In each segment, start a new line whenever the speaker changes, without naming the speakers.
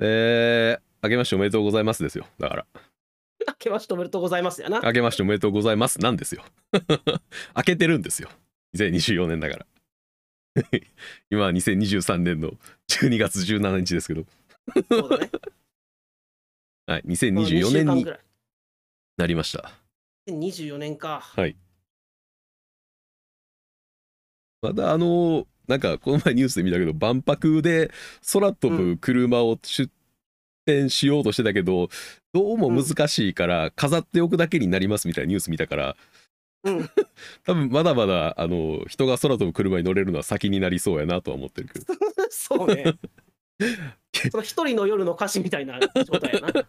えー、あけましておめでとうございますですよ。だから。
明けましておめでとうございますやな。
あけましておめでとうございますなんですよ。 明けてるんですよ。2024年だから。 今は2023年の12月17日ですけど、
そ うだね。
はい、
まあ
2024年
二週間
に
ぐらい。
なりました。
2024年か。
またあのーなんかこの前ニュースで見たけど万博で空飛ぶ車を出展しようとしてたけど、どうも難しいから飾っておくだけになりますみたいなニュース見たから
うん。
多分まだまだあの人が空飛ぶ車に乗れるのは先になりそうやなとは思ってるけど
そ うね。その一人の夜の歌詞みたいな状態やな。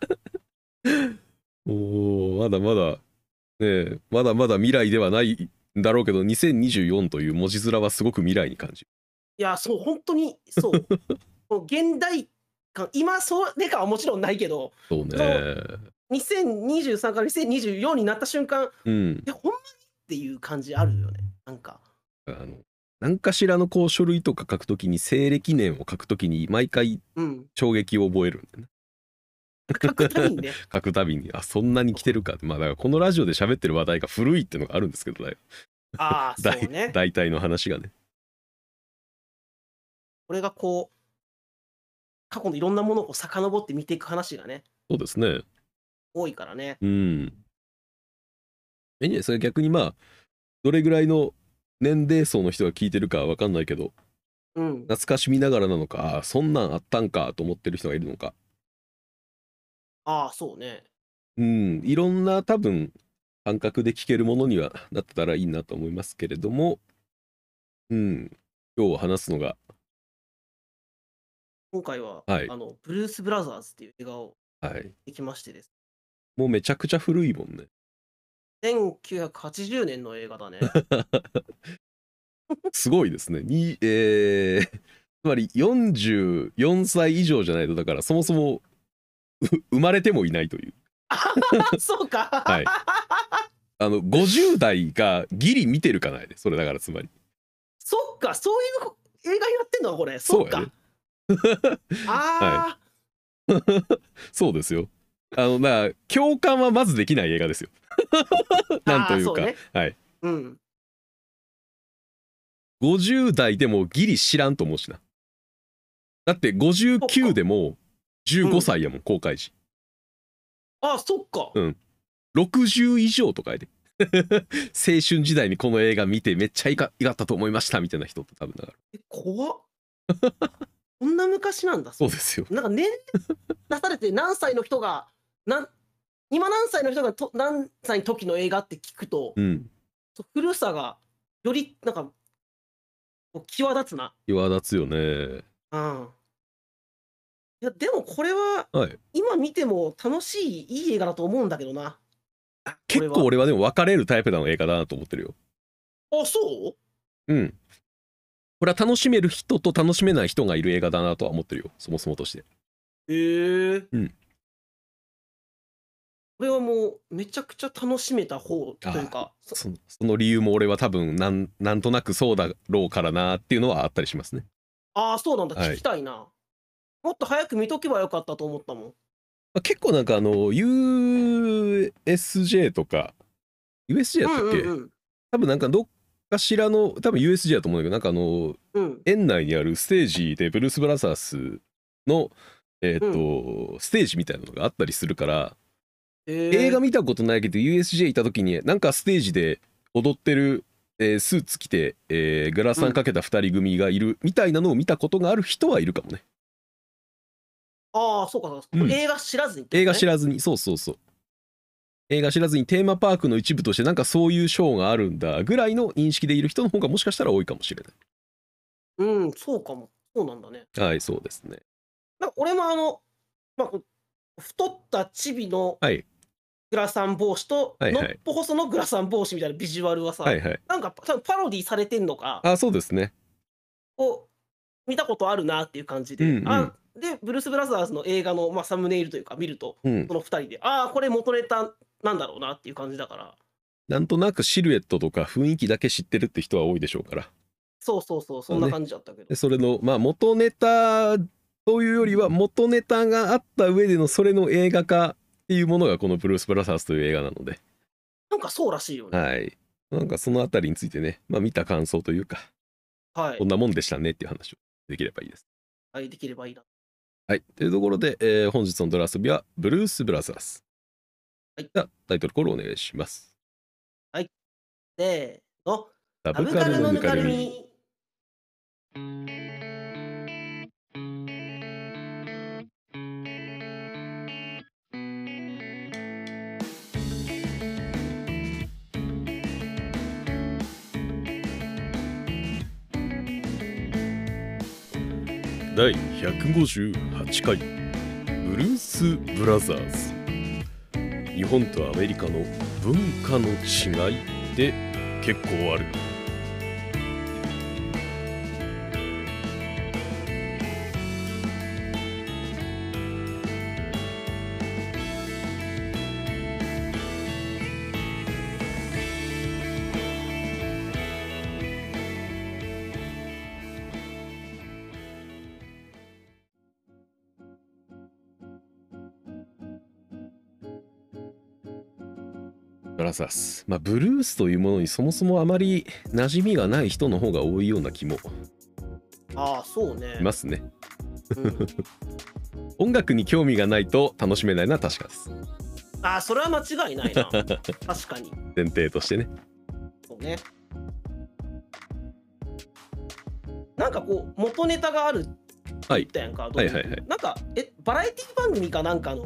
おーまだまだねえまだまだ未来ではないんだろうけど2024という文字面はすごく未来に感じる
いや、そう、本当に、そう。この現代感、今、それかはもちろんないけど、
そうね
2023から2024になった瞬間、い
うん
や、ほんまにっていう感じあるよね。なんか、
あの何かしらのこう書類とか書くときに西暦年を書くときに毎回
うん。
衝撃を覚えるんだよね
書くた びにね、
書くたびにあそんなに来てるかまあだからこのラジオで喋ってる話題が古いってのがあるんですけどだい
ああ、 そうね。
大体の話がね
これがこう、過去のいろんなものをこう遡って見ていく話がね、
そうですね
多いからね。
うん。え、いいんじゃないそれ逆にまあ、どれぐらいの年齢層の人が聞いてるかわかんないけど、
うん。
懐かしみながらなのか、あーそんなんあったんかと思ってる人がいるのか。
ああ、そうね。
うん、いろんな多分、感覚で聞けるものにはなってたらいいなと思いますけれども、うん、今日話すのが、
今回は、
はい
あのブルース・ブラザーズっていう映画を
はい、
できましてです。
もうめちゃくちゃ古いもんね。
1980年の映画 だね。
すごいですね。にえー、つ まり44歳以上じゃないと、だからそもそもう生まれてもいないという。
そうか。
はいあの50代がギリ見てるかないでそれだからつまり
そっか、そういう映画になってんのこれ。そっか。
そうやね
ああ、
そうですよあのだから共感はまずできない映画です よなんというか
あーそうね
はい
うん。
50代でもギリ知らんと思うしなだって59でも15歳やもん公開時
ああ、そっか。
うん60以上とかやで 青春時代にこの映画見てめっちゃいかいかったと思いましたみたいな人って多分だから
え、怖っ。こんな昔なんだ。
そうですよ
なんか年齢出されて何歳の人が、なん今何歳の人がと何歳の時の映画って聞くと、
うん
そう古さがよりなんかこう際立つな。
際立つよね
うん。いやでもこれは
はい
今見ても楽しいいい映画だと思うんだけどな。
結構俺はでも別れるタイプの映画だなと思ってるよ
あそう
うん。これは楽しめる人と楽しめない人がいる映画だなとは思ってるよ、そもそもとして。
へえ。
うん
これはもうめちゃくちゃ楽しめた方というかそ
そのその理由も俺は多分なん、なんとなくそうだろうからなっていうのはあったりしますね。
ああそうなんだ
はい
聞きたいな、もっと早く見とけばよかったと思ったもん
まあ結構なんかあの、USJ とか、USJ だったっけ、
うんうん
多分なんかどっかしらの、多分 USJ だと思うんだけど、なんかあの、
うんうん
園内にあるステージでブルース・ブラザースの、えっ、と、ステージみたいなのがあったりするから、映
映
画見たことないけど USJ いた時になんかステージで踊ってる、えースーツ着て、えーグラサンかけた2人組がいるみたいなのを見たことがある人はいるかもね
ああそうかそうか、
うん
映画知らずにってことね、
映画知らずにそうそうそう映画知らずにテーマパークの一部としてなんかそういうショーがあるんだぐらいの認識でいる人の方がもしかしたら多いかもしれな
うんそうかもそうなんだね
いはいそうですね
なんか俺もあの、まあ、こう太ったチビの
はい
グラサン帽子と、
はいはい
のっぽ細のグラサン帽子みたいなビジュアルはさ、
はいはい
なんか多分パロディされてんのか
あそうですね
を見たことあるなっていう感じで、
うんうん
あでブルース・ブラザーズの映画の、まあ、サムネイルというか見ると
うん
その2人でああこれ元ネタなんだろうなっていう感じだから
なんとなくシルエットとか雰囲気だけ知ってるって人は多いでしょうから
そうそうそうそんな感じだったけど、
でそれのまあ元ネタというよりは元ネタがあった上でのそれの映画化っていうものがこの「ブルース・ブラザーズ」という映画なので、
なんかそうらしいよね。
はい、なんかそのあたりについてね、まあ、見た感想というか
はい
こん。なもんでしたねっていう話をできればいいです。
はい、できればいいな。
はい、というところで、えー本日のドラ遊びは「ブルース・ブラザーズ」
はい
じゃあタイトルコールお願いします。
せーの。
ダ
サブカルのぬかるみ。
第158回ブルース・ブラザーズ日本とアメリカの文化の違いって結構あるブラザーズまあブルースというものにそもそもあまり馴染みがない人の方が多いような気もし
ああ、そうね。
ますね
うん
音楽に興味がないと楽しめないのは確かです
ああ、それは間違いな いな。確かに。
前提としてね
そうね。なんかこう、元ネタがある
はい
ってやんか。ど
は
う
いはいはい
なんか、え、バラエティ番組かなんかの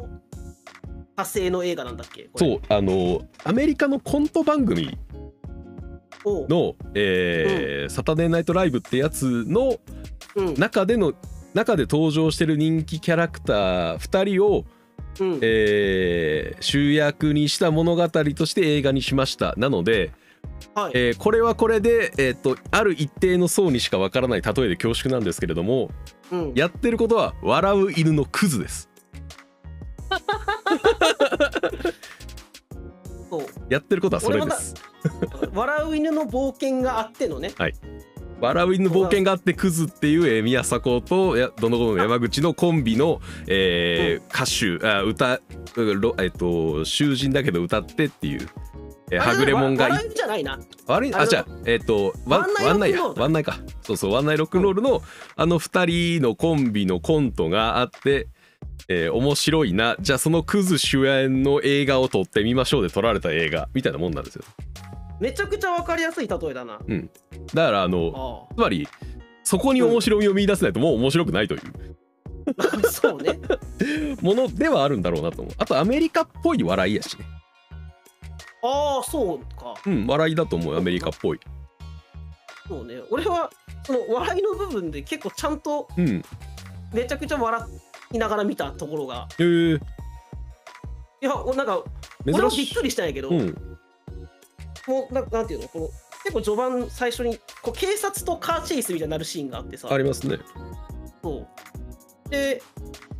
派生の映画なんだっけ。
そううあのアメリカのコント番組
おう
の、えーサタデーナイトライブってやつの
うん
中での中で登場してる人気キャラクター2人を、
うん
えー主役にした物語として映画にしましたなので、
はい
えーこれはこれで、えー、とある一定の層にしかわからない例えで恐縮なんですけれども
うん
やってることは笑う犬のクズです
そう
やってることはそれです
笑う犬の冒険があってのね。
笑う犬の冒険があってクズっていう、えー宮迫とやどのごの山口のコンビの、えー歌手あ歌うんろえっ、と囚人だけど歌ってっていう、えーはぐれもんがい
笑う犬じゃないな。
悪い
あ
あ
の
じゃあえっ、とワンワ
ワ
ン
ン
ナ
ナ
イ
イ
や
ロックンロール
ワンナイかそうそうワンナイロックンロールの、あの2人のコンビのコントがあって、えー面白いなじゃあそのクズ主演の映画を撮ってみましょうで撮られた映画みたいなもんなんですよ
めちゃくちゃわかりやすい例えだな。
だからあの
あ
つまりそこに面白みを見出せないともう面白くないという
あ そうね。
ものではあるんだろうなと思うあとアメリカっぽい笑いやしね
ああ、そうか。
うん笑いだと思うアメリカっぽい
そうね。俺は、その笑いの部分で結構ちゃんと
うんへ
めちゃくちゃ笑いながら見たところが。
えー、
いや、おなんか、俺
珍
も
し
び
い
っくりしたんやけど、
うん
もうな、なんていうの、この、結構序盤最初に、こう警察とカーチェイスみたいになるシーンがあってさ。
ありますね
そうで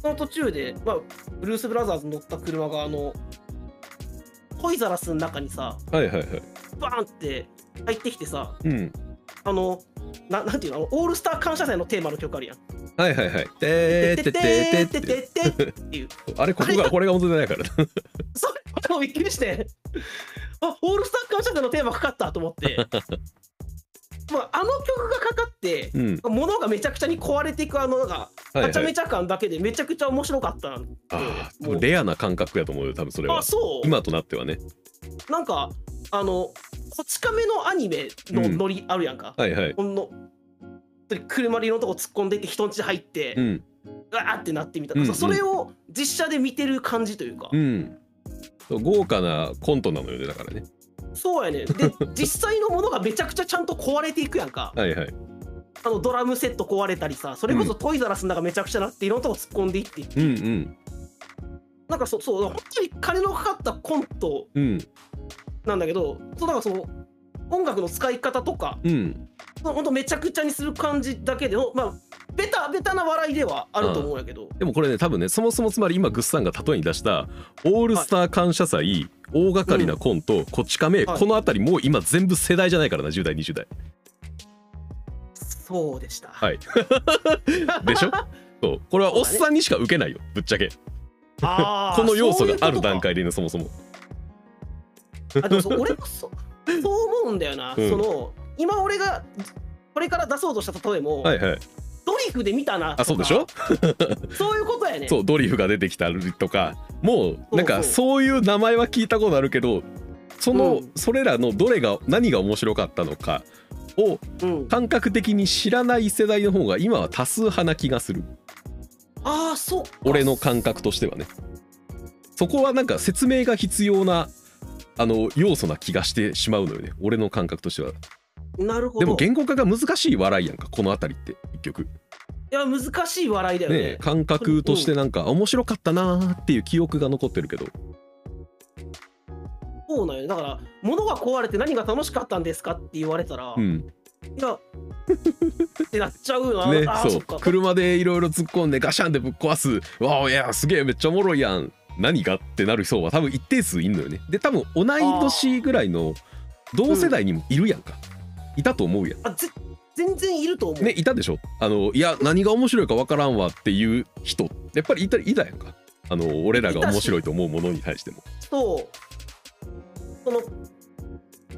その途中で、まあ、ブルース・ブラザーズに乗った車があのトイザラスの中にさ
はいはいはい
バーンって入ってきてさ
うん
あのななんていうのあのオールスター感謝祭のテーマの曲あるやん。
はいはい はいてーててててて
ててっていう。
あれここがこれが元じゃないからな
それもびっくりしてあオールスター感謝祭のテーマかかったと思って。まあ、あの曲がかかって
うん
物がめちゃくちゃに壊れていくあのなんか
はい
はちゃ
は
め
い
ちゃ感だけでめちゃくちゃ面白かったんで
あー
もう
レアな感覚やと思うよ多分それは
あそう
今となってはね
なんかあのこち亀のアニメの
うん
ノリあるやんか、
はいはい
ほんの車でいろんなとこ突っ込んでいって人ん家入って
う、ん
ガーってなってみたい
うん
な、
うん
それを実写で見てる感じというか、
うん豪華なコントなのよねだからね
そうやねで実際のものがめちゃくちゃちゃんと壊れていくやんか
はいはい
あのドラムセット壊れたりさそれこそトイザらスの中めちゃくちゃなっていろんなとこ突っ込んでいって、
うんうん
なんかそそう本当に金のかかったコント
うん
なんだけどそうなんかその音楽の使い方とか
うん
ほんとめちゃくちゃにする感じだけでのまあベタベタな笑いではあると思うんやけど、
でもこれね多分ねそもそもつまり今グッさんが例えに出した「オールスター感謝祭」大掛かりなコント、こち亀、
はい
この辺りもう今全部世代じゃないからな10代20代
そうでした。
はいでしょそうこれはおっさんにしか受けないよぶっちゃけ
あー
この要素がある
そういうことか
段階でねそもそも
あでもそう俺もそそう思うんだよな、
うん
その今俺がこれから出そうとした例えも、
はいはい
ドリフで見たなとか
あそうでしょ
そういうことやね
そうドリフが出てきたりとかもうなんか
そうそう
そういう名前は聞いたことあるけどその、
うん
それらのどれが何が面白かったのかを
うん、
感覚的に知らない世代の方が今は多数派な気がする
ああそうか
俺の感覚としてはねそこはなんか説明が必要なあの要素な気がしてしまうのよね俺の感覚としては
なるほど
でも言語化が難しい笑いやんかこの辺りって結局
いや難しい笑いだよね
ね感覚としてなんか面白かったなーっていう記憶が残ってるけど
そうなんよだから物が壊れて何が楽しかったんですかって言われたら、
う
い
ん
やってなっちゃうな、
ね
あ、ー
そ
そうっか
車でいろいろ突っ込んでガシャンでぶっ壊すわあいやすげえめっちゃおもろいやん何がってなる層は多分一定数いんのよねで多分同い年ぐらいの同世代にもいるやんか、いたと思うやん
あぜ全然いると思う、
ねいたでしょあのいや何が面白いかわからんわっていう人やっぱりいたいたやんかあの俺らが面白いと思うものに対しても
とその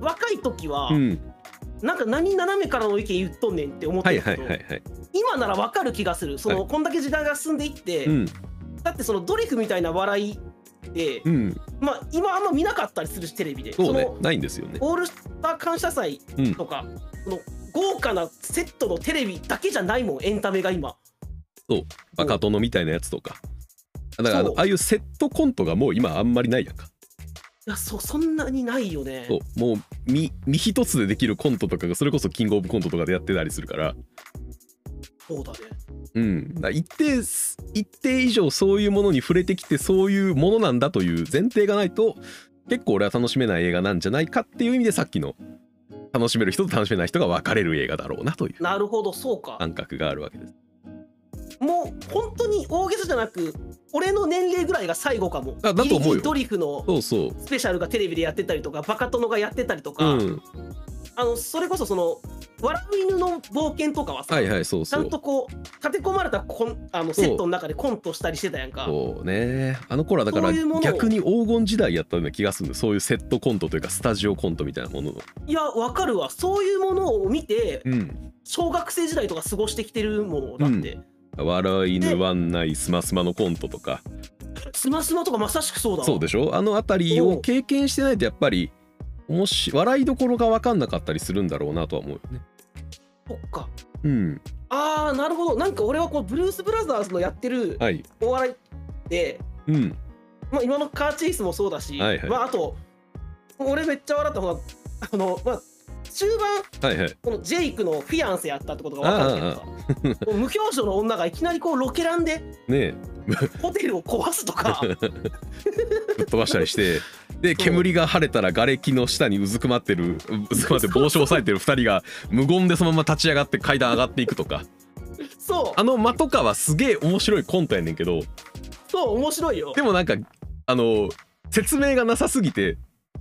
若い時は、
うん
なんか何斜めからの意見言っとんねんって思っ
は
て
い
た
は
け
い
ど、
はいはい
今なら分かる気がするその、
は
こんだけ時代が進んでいって、
うん
だってそのドリフみたいな笑いって、
うん
まあ今あんま見なかったりするしテレビで
そうね
の
ないんですよね
オールスター感謝祭
うん
とか、その豪華なセットのテレビだけじゃないもんエンタメが今
バカ殿みたいなやつとかだからあの
そう
ああいうセットコントがもう今あんまりないやんか
いやそうそんなにないよね
そうもう身身一つでできるコントとかがそれこそキングオブコントとかでやってたりするから,、
そうだね
うん、だから一定す一定以上そういうものに触れてきてそういうものなんだという前提がないと結構俺は楽しめない映画なんじゃないかっていう意味でさっきの楽しめる人と楽しめない人が分かれる映画だろうなという
なるほどそうか
感覚があるわけです。
もう本当に大げさじゃなく俺の年齢ぐらいが最後かも
あだと思うよ
ギリギリドリフの
そうそ
スペシャルがテレビでやってたりとかバカ殿がやってたりと
う、
か、
うん、
あのそれこそその「笑う犬の冒険」とかはさ、
はいはいそう
ちゃ。
そうん
とこう立て込まれたコンあの
そう
セットの中でコントしたりしてたやんか
そうねあの頃はだから
そういうものを
逆に黄金時代やったような気がするのそういうセットコントというかスタジオコントみたいなものの。
いやわかるわそういうものを見て
うん
小学生時代とか過ごしてきてるものだって、
笑い犬ワンナイスマスマのコントとか
スマスマとかまさしくそうだわ
そうでしょあの辺りを経験してないとやっぱりもし笑いどころが分かんなかったりするんだろうなとは思うよね。
そっか
うん
あーなるほどなんか俺はこのブルース・ブラザーズのやってる
はい
お笑いって、
うん
まあ、今のカーチェイスもそうだし、
はいはい
まあ、あと俺めっちゃ笑ったのがあのまあ終盤
はいはい
このジェイクのフィアンセやったってことが分かるけどさもう無表情の女がいきなりこうロケランで
ねえ
ホテルを壊す とか
ぶっ飛ばしたりしてで
そう
煙が晴れたら瓦礫の下にうずくまってるうずくまって帽子を押さえてる2人が無言でそのまま立ち上がって階段上がっていくとか
そう
あの間とかはすげえ面白いコントやねんけど
そう面白いよ
でもなんかあの説明がなさすぎて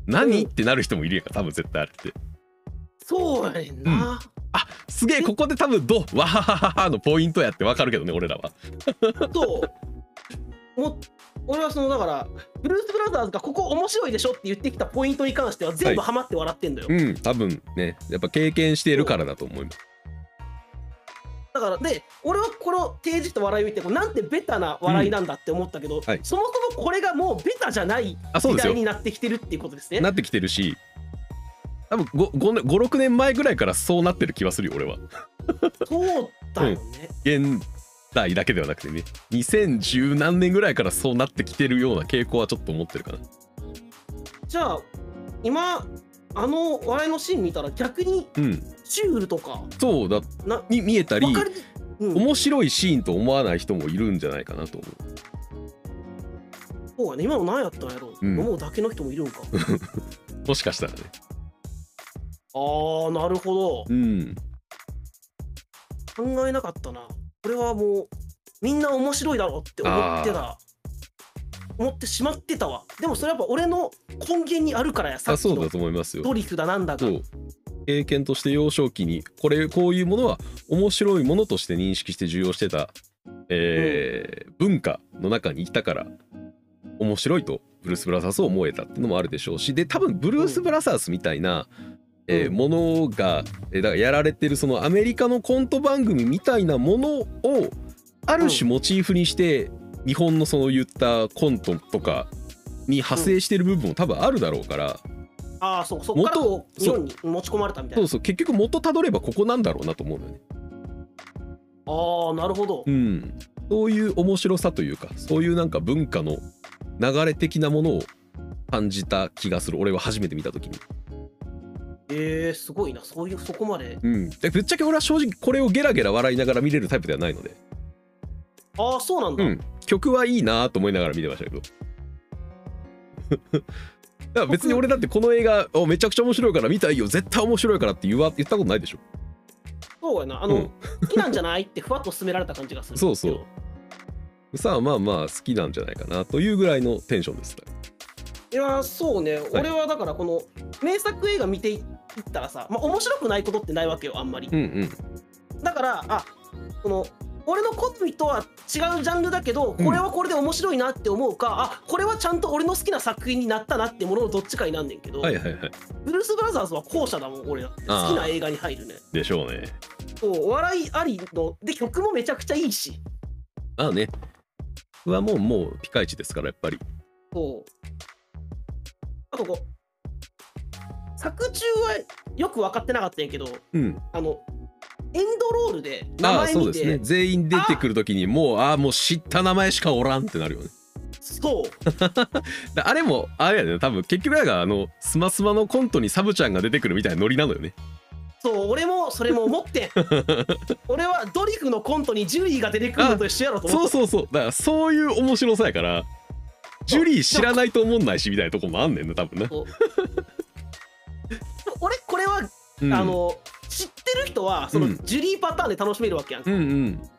何、
うん
ってなる人もいるやんか多分絶対あれって。
そうやねんな、
あすげえここで多分ドわははははのポイントやってわかるけどね俺らは
そうも俺はそのだからブルース・ブラザーズがここ面白いでしょって言ってきたポイントに関しては全部
は
ハマって笑ってんだよ、
うん多分ねやっぱ経験しているからだと思います
だからで俺はこの定時と笑いを見てこうなんてベタな笑いなんだって思ったけど、
はい
そもそもこれがもうベタじゃない
あそう
時
です
代
よ
になってきてるっていうことですね
なってきてるし多分56年前ぐらいからそうなってる気はするよ俺は
そうだよね、
現代だけではなくてね2010何年ぐらいからそうなってきてるような傾向はちょっと思ってるかな
じゃあ今あの笑いのシーン見たら逆に
うん
シュールとか
そうだ
な
に見えたり
分かり、うん、
面白いシーンと思わない人もいるんじゃないかなと思う
そうやね今の何やったんや
う
ろ、うん思うだけの人もいるんか
もしかしたらね
あーなるほど
うん
考えなかったなこれはもうみんな面白いだろうって思ってた思ってしまってたわでもそれやっぱ俺の根源にあるからやさ
あ
っき
そうだ
の
と思いますよ
ドリフだなんだが
そう経験として幼少期にこれこういうものは面白いものとして認識して重要してたえー文化の中にいたから面白いとブルース・ブラザースを思えたっていうのもあるでしょうしで多分ブルース・ブラザースみたいな、えー
うん
ものが、えーだからやられてるそのアメリカのコント番組みたいなものをある種モチーフにして日本のその言ったコントとかに派生してる部分も多分あるだろうから、
ああそうそっからこ
元
う日本に持ち込まれたみたい
そ
な
うそう結局元たどればここなんだろうなと思うのよね。
ああなるほど、
うん、そういう面白さというかそういうなんか文化の流れ的なものを感じた気がする俺は初めて見た時に、
えー、すごいなそういうそこまで
うん、でぶっちゃけ俺は正直これをゲラゲラ笑いながら見れるタイプではないので、
ああそうなんだ、
うん、曲はいいなと思いながら見てましたけど だから別に俺だってこの映画おめちゃくちゃ面白いから見たいよ絶対面白いからって言わ言ったことないでしょ
そうやなあの、
うん
好きなんじゃないってふわっと勧められた感じがす る
そうそうさあまあまあ好きなんじゃないかなというぐらいのテンションです
いやそうね、俺はだからこの名作映画見ていったらさ、まあ、面白くないことってないわけよあんまり、
うんうん
だからあこの俺の好みとは違うジャンルだけどこれはこれで面白いなって思うか、あこれはちゃんと俺の好きな作品になったなってもののどっちかになんねんけど、
はいはいはい
ブルース・ブラザーズは後者だもん俺だって
あー
好きな映画に入るね
でしょうね
そう笑いありので曲もめちゃくちゃいいし
まあね。僕はもう、もうピカイチですから、やっぱり。
そうあとこう作中はよく分かってなかったんやけど
うん。
あのエンドロールで名
ああ、
前
そう
見
です
て
ね。全員出てくるときに、もう、ああ、もう知った名前しかおらんってなるよね。
そう
だあれも、あれやね、多分結局だから、あの、スマスマのコントにサブちゃんが出てくるみたいなノリなのよね。
そう俺もそれも思ってん 俺はドリフのコントにジュリーが出てくるのと一緒やろと思
そ
っ
うそうそう。だから、そういう面白さやから、ジュリー知らないと思んないし、みたいなとこもあんねんね、多分ね。
て俺これは、
うん、
あ、の知ってる人はその
うん
ジュリーパターンで楽しめるわけやん、
うんうん。
だか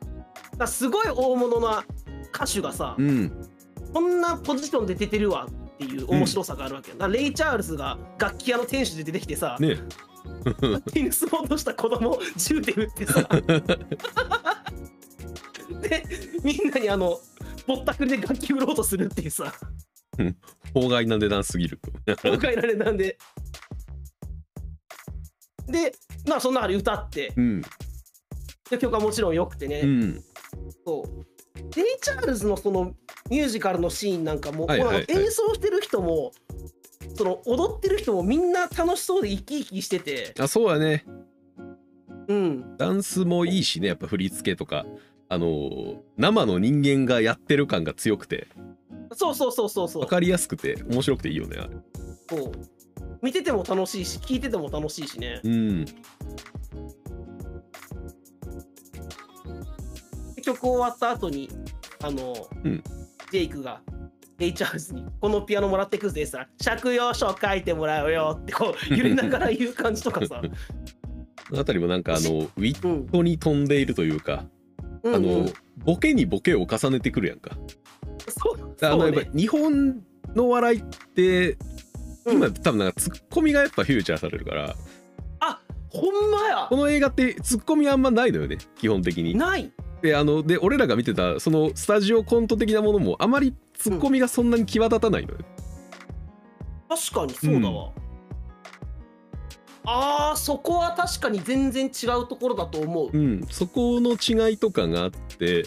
らすごい大物な歌手がさ、
うん。
こんなポジションで出てるわっていう面白さがあるわけやんだからレイ・チャールズが楽器屋の店主で出てきてさ、
ね
テニスボードした子供を銃で撃っ てさでみんなにあのぼったくりで楽器売ろうとするっていうさ
法外な値段すぎる。
今回られなんででまあその中で歌って
うん。
で曲はもちろん良くてね、
うん。
そうデイ・チャールズのそのミュージカルのシーンなんかも、
はいはいはい
もうなんか演奏してる人もその踊ってる人もみんな楽しそうで生き生きしてて
あ、そうやね。
うん
ダンスもいいしねやっぱ振り付けとかあのー生の人間がやってる感が強くて
そうそうそうそうそう
分かりやすくて面白くていいよねあれ
そう見てても楽しいし聞いてても楽しいしね
うん
曲終わった後にあの、
うん
ジェイクがレイチャールズに「このピアノもらってくぜ」さ「借用書書いてもらうよ」ってこ う揺れながら言う感じとか
あ
さ、
の辺りもなんかあのウィッ
うん、
トに飛んでいるというか
あ
あの、ボケにボケを重ねてくるやんか
そう
あ
そ
の
う
やっ
ね
ぱ日本の笑いって今
うん
多分なんかツッコミがやっぱフューチャーされるから
あほんまや
この映画ってツッコミあんまないのよね基本的に
ない
であので俺らが見てたそのスタジオコント的なものもあまりツッコミがそんなに際立たないのよ、
確かにそうだわ、あーそこは確かに全然違うところだと思
う
う、
ん、そこの違いとかがあって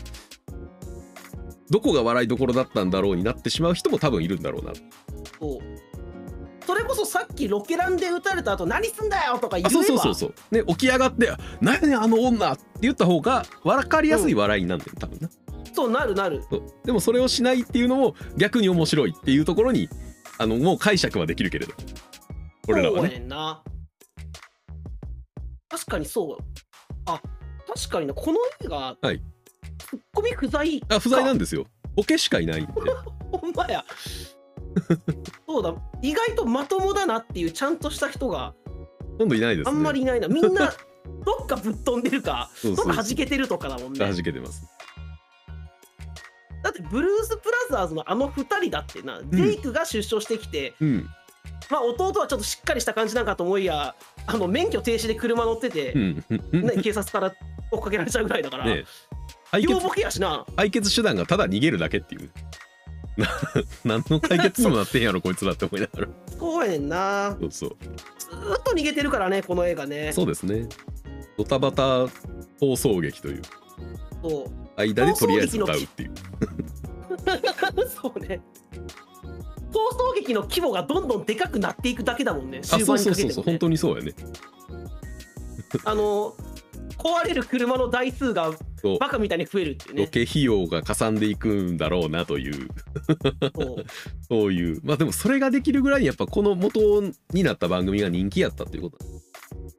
どこが笑いどころだったんだろうになってしまう人も多分いるんだろうな
そうそれこそさっきロケランで撃たれた後何すんだよとか言えば
あそうそうそうそうね起き上がって「何やねんあの女!」って言った方が分かりやすい笑いになるんだよ多分な、
そうなるなる
そうでもそれをしないっていうのも逆に面白いっていうところにあのもう解釈はできるけれど俺らは
そう
ね
やねんな確かにそうあ確かになこの映画、
はい
ツッコミ不在
あ不在なんんですよボケしかいないんで
ほんまやそうだ意外とまともだなっていうちゃんとした人が
ほとんどいないです
あ
ね
んまりいないな、みんなどっかぶっ飛んでるか
そう
ど
そ
っ
う
か
は
弾
じ
けてるとかだもんねだ
けてます
ってブルース・プラザーズのあの2人だってな、デイクが出所してきて
うん
まあ弟はちょっとしっかりした感じなんかと思いやあの免許停止で車乗って て、
うんうんうん
ね、警察から追っかけられちゃうぐらいだから、
ね解
両
決
ボケやしな
解決手段がただ逃げるだけっていう な何の解決にもなってへんやろこいつらって思いな がら
そうやねんな
そうそう
ずーっと逃げてるからねこの映画ね
そうですねドタバタ放送劇という
そう
間でとりあえず歌うっていう
そう ね放送劇の規模がどんどんでかくなっていくだけだもんね
あ
終
そう
盤に
そう
か
そう
けて
そう
も
本
ね
当にそうやね
あの壊れる車の台数が
そう
バカみたいに増えるっていう
ロ
ね
ケ費用がかさんでいくんだろうなという
そう
そういうまあでもそれができるぐらいやっぱこの元になった番組が人気やったっていうこと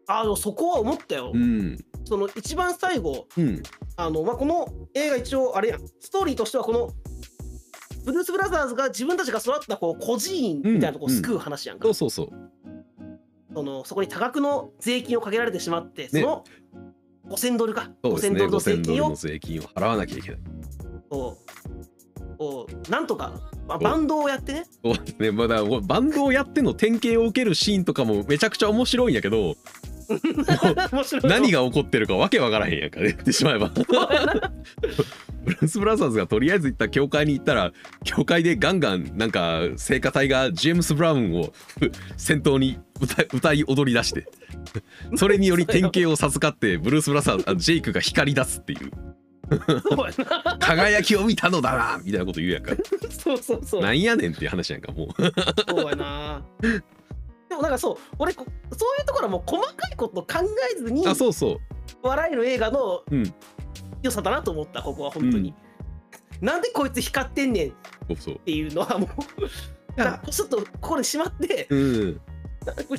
あのそこは思ったよ、
うん
その一番最後
うん
あの、まあ、この映画一応あれやんストーリーとしてはこのブルース・ブラザーズが自分たちが育ったこう孤児院みたいなとこを救う話やんか、
そうそうそう
そのそこに多額の税金をかけられてしまってそ
ね
の5000ドルか、
そうです
5000
ね
ドルの税
5000ドル
金を
の税金を払わなきゃいけない
ををなんとか、まあ、
お
バンドをやってね
そうです ねまだこれバンドをやっての典型を受けるシーンとかもめちゃくちゃ面白いんやけど
面白 い
何
が
が起こってるかわけわからへんやんかね言って しまえばブルース・ブラザーズがとりあえず行った教会に行ったら教会でガンガンなんか聖歌隊がジェームス・ブラウンを先頭に歌い歌い踊り出 してそれにより典型を授かってブルース・ブラザーズあジェイクが光り出すっていう
そうやな
輝きを見たのだなみたいなこと言うやん か
そうそうそう
なんやねんっていう話やんかもう
そうやなでもなんかそう俺こそういうところはもう細かいこと考えずに
あそうそう
笑える映画の
うん
良さだなと思ったここは本当に、なんでこいつ光ってんねんっ
そうそう
ていうのはもうなんかちょっとここでしまって
うん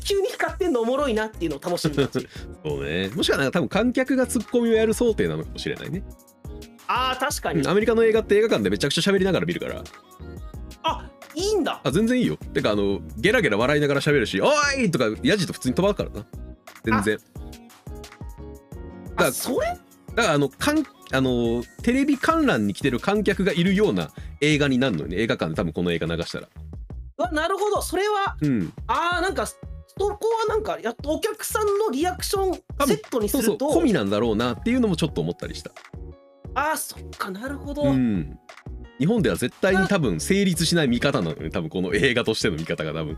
急に光ってんのおもろいなっていうのを楽しみがち
そうねもしくはなんか多分観客がツッコミをやる想定なのかもしれないね、
あー確か
う
に、
んアメリカの映画って映画館でめちゃくちゃ喋りながら見るから
あいいんだ
あ全然いいよてかあのゲラゲラ笑いながら喋るし「おーい!」とかヤジと普通に飛ばうからな全然
あそれ
だからあのかんあのテレビ観覧に来てる観客がいるような映画になるのよね映画館で多分この映画流したら
うわなるほどそれは
うん
あーなんかそこはなんかやっとお客さんのリアクション
多分
セットにす
そう
る
そう
と
込みなんだろうなっていうのもちょっと思ったりした
あーそっかなるほど、
うん日本では絶対に多分成立しない見方なのよね多分この映画としての見方が多分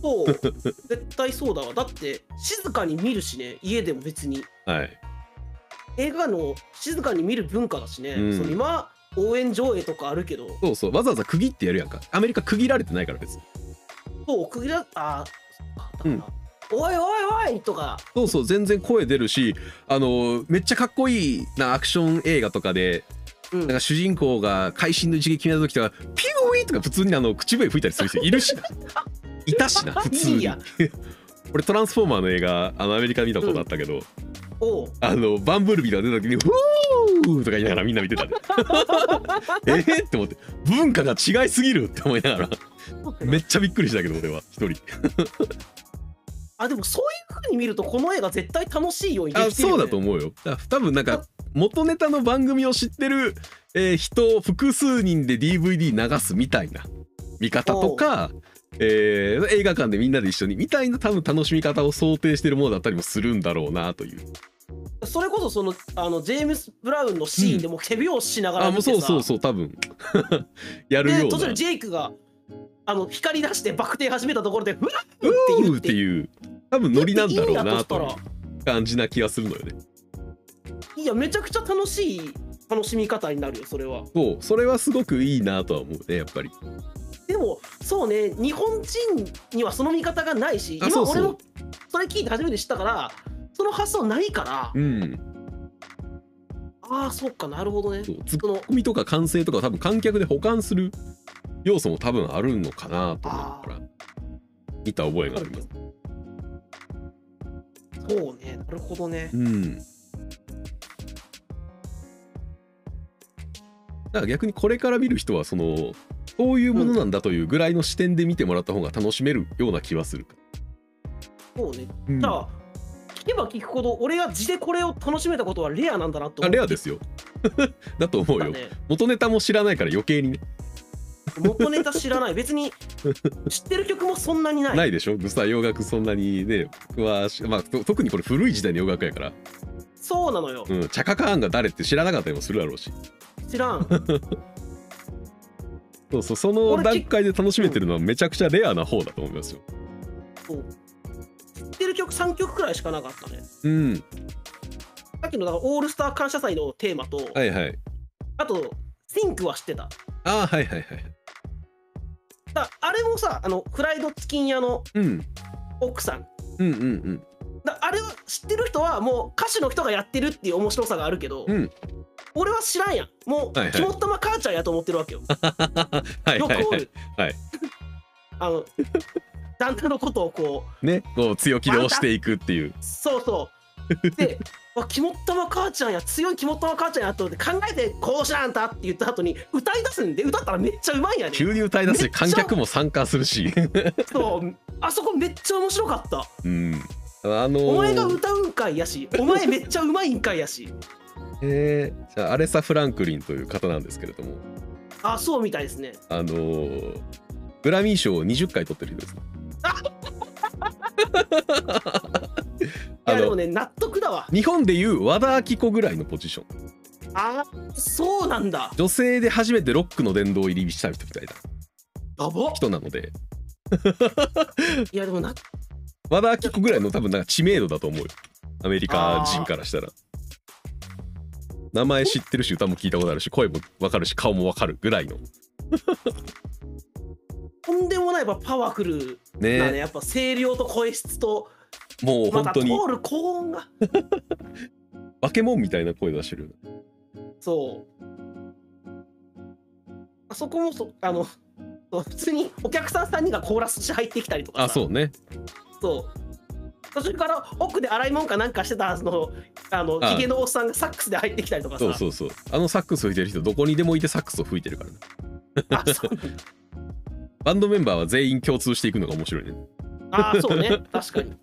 そう絶対そうだわだって静かに見るしね家でも別に
はい
映画の静かに見る文化だしね、
うん
その今応援上映とかあるけど
そうそうわざわざ区切ってやるやんかアメリカ区切られてないから別に
そう区切らあーそっかだから、
うん
おいおいおいとか
そうそう全然声出るしあのめっちゃかっこいいなアクション映画とかで
うん
なんか主人公が会心の一撃決めた時とかピューイとか普通にあの口笛吹いたりする人いるし ないたしな普通
いい
に
や
俺トランスフォーマーの映画あのアメリカ見たことあったけど、
おう
あのバンブルビーが出た時に「フォー!」とか言いながらみんな 見てたでえーって思って文化が違いすぎるって思いながらめっちゃびっくりしたけど俺は一人
あでもそういう風に見るとこの映画絶対楽しいようにで
あ
きて
そ
るよ
う
ね
だと思うよだから多分なんか元ネタの番組を知ってる、えー人を複数人で DVD 流すみたいな見方とか、えー映画館でみんなで一緒にみたいな多分楽しみ方を想定してるものだったりもするんだろうなという
それこそそのあのジェームス・ブラウンのシーンでもう手拍子しながら
あも
見
う
てさ、
そうそうそう多分 やる
で
よう
途中
な
でジェイクがあの光り出してバク転始めたところで「うわっ!」って
「
言
う
う
ー」
っ
って
て
いう多分ノリなんだろうなとい
だっていいんだと
う感じな気がするのよね
いやめちゃくちゃ楽しい楽しみ方になるよそれは
そうそれはすごくいいなとは思うねやっぱり
でもそうね日本人にはその見方がないし
あ
今
そうそう
俺もそれ聞いて初めて知ったからその発想ないから
うん
ああそうかなるほどね
そう
その
ツッコミとか歓声とか多分観客で保管する要素も多分あるのかなと思うから見た覚えがあります。
そうねなるほどね
うん。だから逆にこれから見る人はそのそういうものなんだというぐらいの視点で見てもらった方が楽しめるような気はする。
そうね
うん
じゃあ聞けば聞くほど俺が字でこれを楽しめたことはレアなんだなと
あ
思
レアですよ。 だと思う
った
よ。
ね
元ネタも知らないから余計にね
元ネタ知らない別に知ってる曲もそんなにない
ないでしょ。グスタ洋楽そんなにね僕はしまあと特にこれ古い時代の洋楽やから
そうなのよ
うん、チャカカーンが誰って知らなかったりもするだろうし
知らん
そうそうその段階で楽しめてるのはめちゃくちゃレアな方だと思いますよ
そう知ってる曲3曲くらいしかなかったね
うん
さっきのだからオールスター感謝祭のテーマと、
はいはい
あと「Think」は知ってた
ああはいはいはい
だあれもさあのフライドチキン屋の
うん
奥さん
うんうん
だあれを知ってる人はもう歌手の人がやってるっていう面白さがあるけど、
うん
俺は知らんやん
は
も
いはいう
肝っ玉母ちゃんやと思ってるわけよ、
はい
よく
はい
お
は
る
い、はい
あの旦那のことをこ
ねこう強気で押していくっていう
うそうそう でわ肝っ玉母ちゃんや強い肝っ玉母ちゃんやと思って考えてこうしなんだって言った後に歌い出すんで歌ったらめっちゃうまいんやね
急に歌い出すし
めっちゃ
観客も参加するし
そうあそこめっちゃ面白かった
うんあのー
お前が歌うんかいやしお前めっちゃうまいんかいやし
えーじゃあアレサ・フランクリンという方なんですけれども
あそうみたいですね
あのーグラミー賞を20回取ってる人です ね
い
あ
やで
の
もね納得だわ
日本でいう和田アキ子ぐらいのポジション
あそうなんだ
女性で初めてロックの殿堂入りした人みたいな
やば
人なので
いやでもな
和田アキ子ぐらいの多分なんか知名度だと思うよアメリカ人からしたら名前知ってるし歌も聞いたことあるし声もわかるし顔もわかるぐらいの
とんでもないやっぱパワフル
ね
なねやっぱ声量と声質と
もう
ま
本
た
当
通
に
る高音が
化け物みたいな声出してる
そうあそこもそあのそう普通にお客さん3人がコーラスして入ってきたりとかさ
あそうね
そう途中から奥で洗い物かなんかしてたはずのあの
ああ
ヒゲのおっさんがサックスで入ってきたりとかさ
そうそうそうあのサックス吹いてる人どこにでもいてサックスを吹いてるからね
あそう
バンドメンバーは全員共通していくのが面白いね
あーそうね 確かに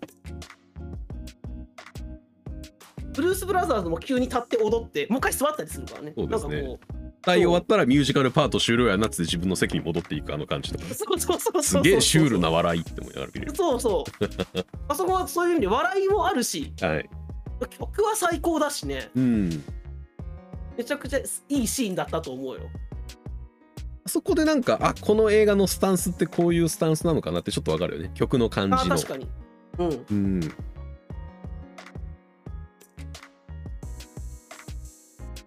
ブルース・ブラザーズも急に立って踊ってもう一回座ったりするからね
そうですね
なんかも
歌い終わったらミュージカルパート終了やなっつって自分の席に戻っていくあの感じとか
うそうそうそうそうそう
すげえシュールな笑いって思いながら見る
そうそう あそこはそういう意味で笑いもあるし
はい
曲は最高だしね
うん
めちゃくちゃいいシーンだったと思うよ
あそこでなんかあこの映画のスタンスってこういうスタンスなのかなってちょっとわかるよね曲の感
あ
じ
ー
の
確かにうん
うん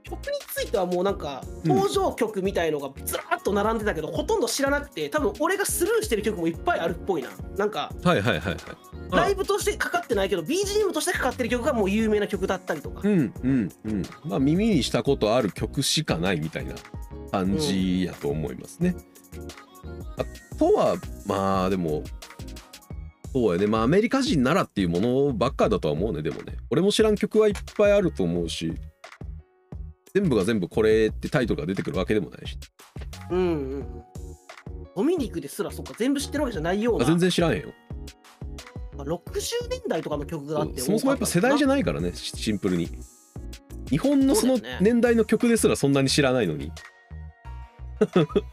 曲についてはもうなんか登場曲みたいのがずらーっと並んでたけど、ほとんど知らなくて多分俺がスルーしてる曲もいっぱいあるっぽいななんか
はいはいはいはいあ
ライブとしてかかってないけど BGM としてかかってる曲がもう有名な曲だったりとか、
うんうんうんまあ耳にしたことある曲しかないみたいな感じやと思いますね、あとはまあでもそうやねまあアメリカ人ならっていうものばっかだとは思うねでもね俺も知らん曲はいっぱいあると思うし全部が全部これってタイトルが出てくるわけでもないし
うんうんうんドミニクですらそっか全部知ってるわけじゃないよう
あ
な
全然知らんよ
まあ60年代とかの曲があって
そもそもやっぱ世代じゃ
ゃ
ないからねシシンプルに日本のその
そうだよね
年代の曲ですらそんなに知らないのに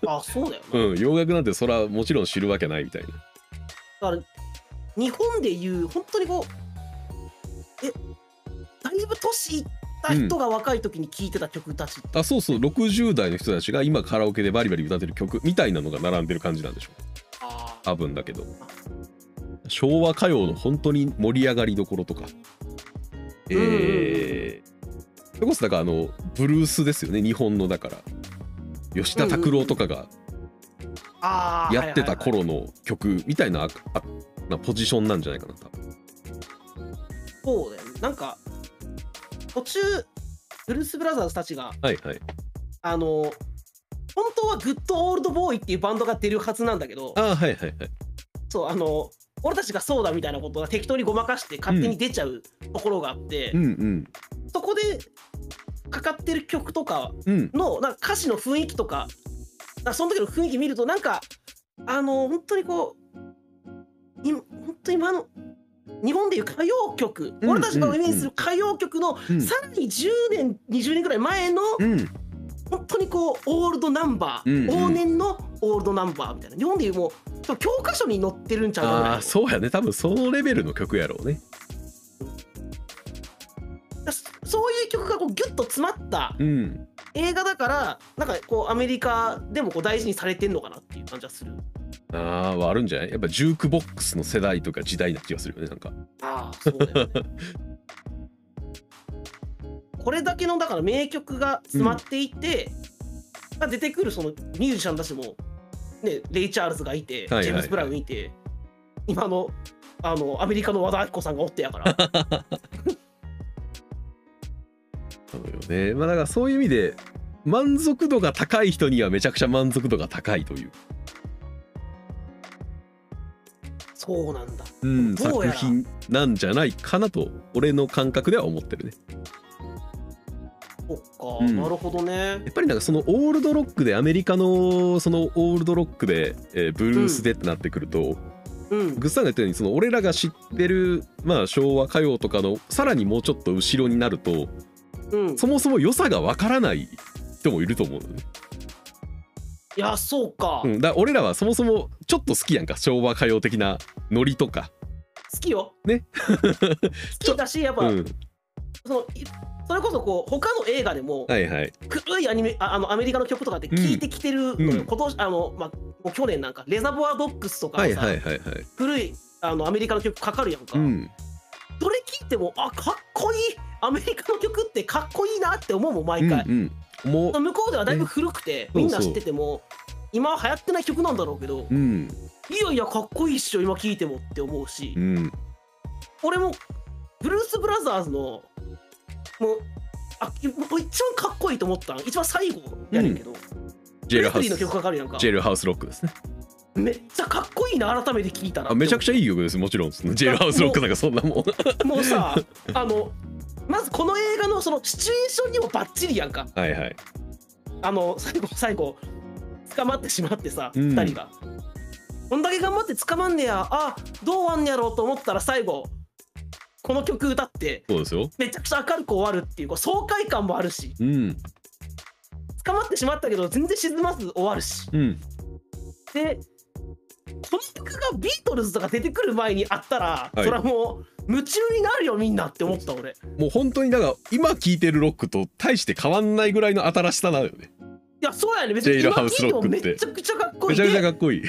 あそうだよな、
うん洋楽なんてそらもちろん知るわけないみたいな
だから日本でいう本当にこうえだいぶ年いった人が若い時に聴いてた曲たち、
あそうそう60代の人たちが今カラオケでバリバリ歌ってる曲みたいなのが並んでる感じなんでしょう
あ
多分だけど昭和歌謡の本当に盛り上がりどころとかえーそれこそだからあのブルースですよね日本のだから吉田拓郎とかが
あー
やってた
はいはいは
頃
い
の曲みたいなああなポジションなんじゃないかな多分
そうだよねなんか途中ブルース・ブラザーズたちが
はいはい
あの本当はグッドオールドボーイっていうバンドが出るはずなんだけど
あーはいはいはい
そうあの俺たちがそうだみたいなことが適当にごまかして勝手に出ちゃうところがあって、
うんうん
そこでかかってる曲とか
うん
のなんか歌詞の雰囲気とかだからその時の雰囲気見るとなんかあの本当にこうい本当に今の日本でいう歌謡曲、
うん
俺たちがイメージする歌謡曲の
うん
さらに10年20年ぐらい前の
うん
本当にこうオールドナンバー、
うんうん
往年のオールドナンバーみたいな日本でいうもう多分教科書に載ってるんちゃうかぐらい
あ
の
あそうやね多分そのレベルの曲やろうね
だそそうと詰まった
うん
映画だからなんかこうアメリカでもこう大事にされてんのかなっていう感じはする
ああはあるんじゃないやっぱジュークボックスの世代とか時代な気がするよねなんか
ああそうだよね これだけのだから名曲が詰まっていて、まあ出てくるそのミュージシャンたちも、ね、レイ・チャールズがいて、
はいはい
ジェームス・ブラウンいて今のあのアメリカの和田アキ子さんがおってやから
そうよねまあだからそういう意味で満足度が高い人にはめちゃくちゃ満足度が高いという、
そうなんだ
うん、
どう
作
やら
品なんじゃないかなと俺の感覚では思ってるね
そっ
う
か、
ん
なるほどね
やっぱりなんかそのオールドロックでアメリカのそのオールドロックで、えーブルースでってなってくると、
うん
グッさんが言ったようにその俺らが知ってる、まあ、昭和歌謡とかのさらにもうちょっと後ろになると
うん
そもそも良さがわからない人もいると思うのね、
いやそうか、
うん、だから俺らはそもそもちょっと好きやんか昭和歌謡的なノリとか、
好きよ。
ね
好きだしやっぱ、
うん、
そのいそれこそこう他の映画でも、
はいはい
古いアニメああのアメリカの曲とかって聞いてきてるのよ、
うんうん
今年あの、まあ、もう去年なんかレザボアドッグスとか
は
の
い
さ、
はいはいはい
古いあのアメリカの曲かかるやんか、
うん
どれ聞いてもあかっこいいアメリカの曲ってかっこいいなって思うもん
う
毎
ん
回、
うんも
向こうではだいぶ古くて、
うん
みんな知ってても今は流行ってない曲なんだろうけど、
ううん
いやいやかっこいいっしょ今聞いてもって思うし、
うん
俺もブルース・ブラザーズのもうあもう一番かっこいいと思ったん一番最後やねんけど、
ジェル
プ
ハウ
レスリーの
ス
曲かかるやんか
ジェルハウスロックですね
めっちゃかっこいいな改めて聞いたら
あめちゃくち
ゃ
ゃいい曲ですもちろんそのジェルハウスロックなんかそんな もん
もうさあのまずこの映画のそのシチュエーションにもバッチリやんか
はいはい
あの最後最後捕まってしまってさ、
う
二
ん
人がこんだけ頑張って捕まんねやあどうあんねやろうと思ったら最後この曲歌って
そうですよ
めちゃくちゃ明るく終わるっていうこう爽快感もあるし
うん
捕まってしまったけど全然沈まず終わるし
うん
でこの曲がビートルズとか出てくる前にあったら、
はい
それはもう夢中になるよみんなって思った俺い
もう本当にだから今聴いてるロックと大して変わんないぐらいの新しさなのよね
やそうやね別
ジェ
に
イル
今
ハウス
聴いて
ロッ
も
クっ
め
て
ちゃくちゃかっこい
め
い
ちゃくちゃ
で
かっこいい
で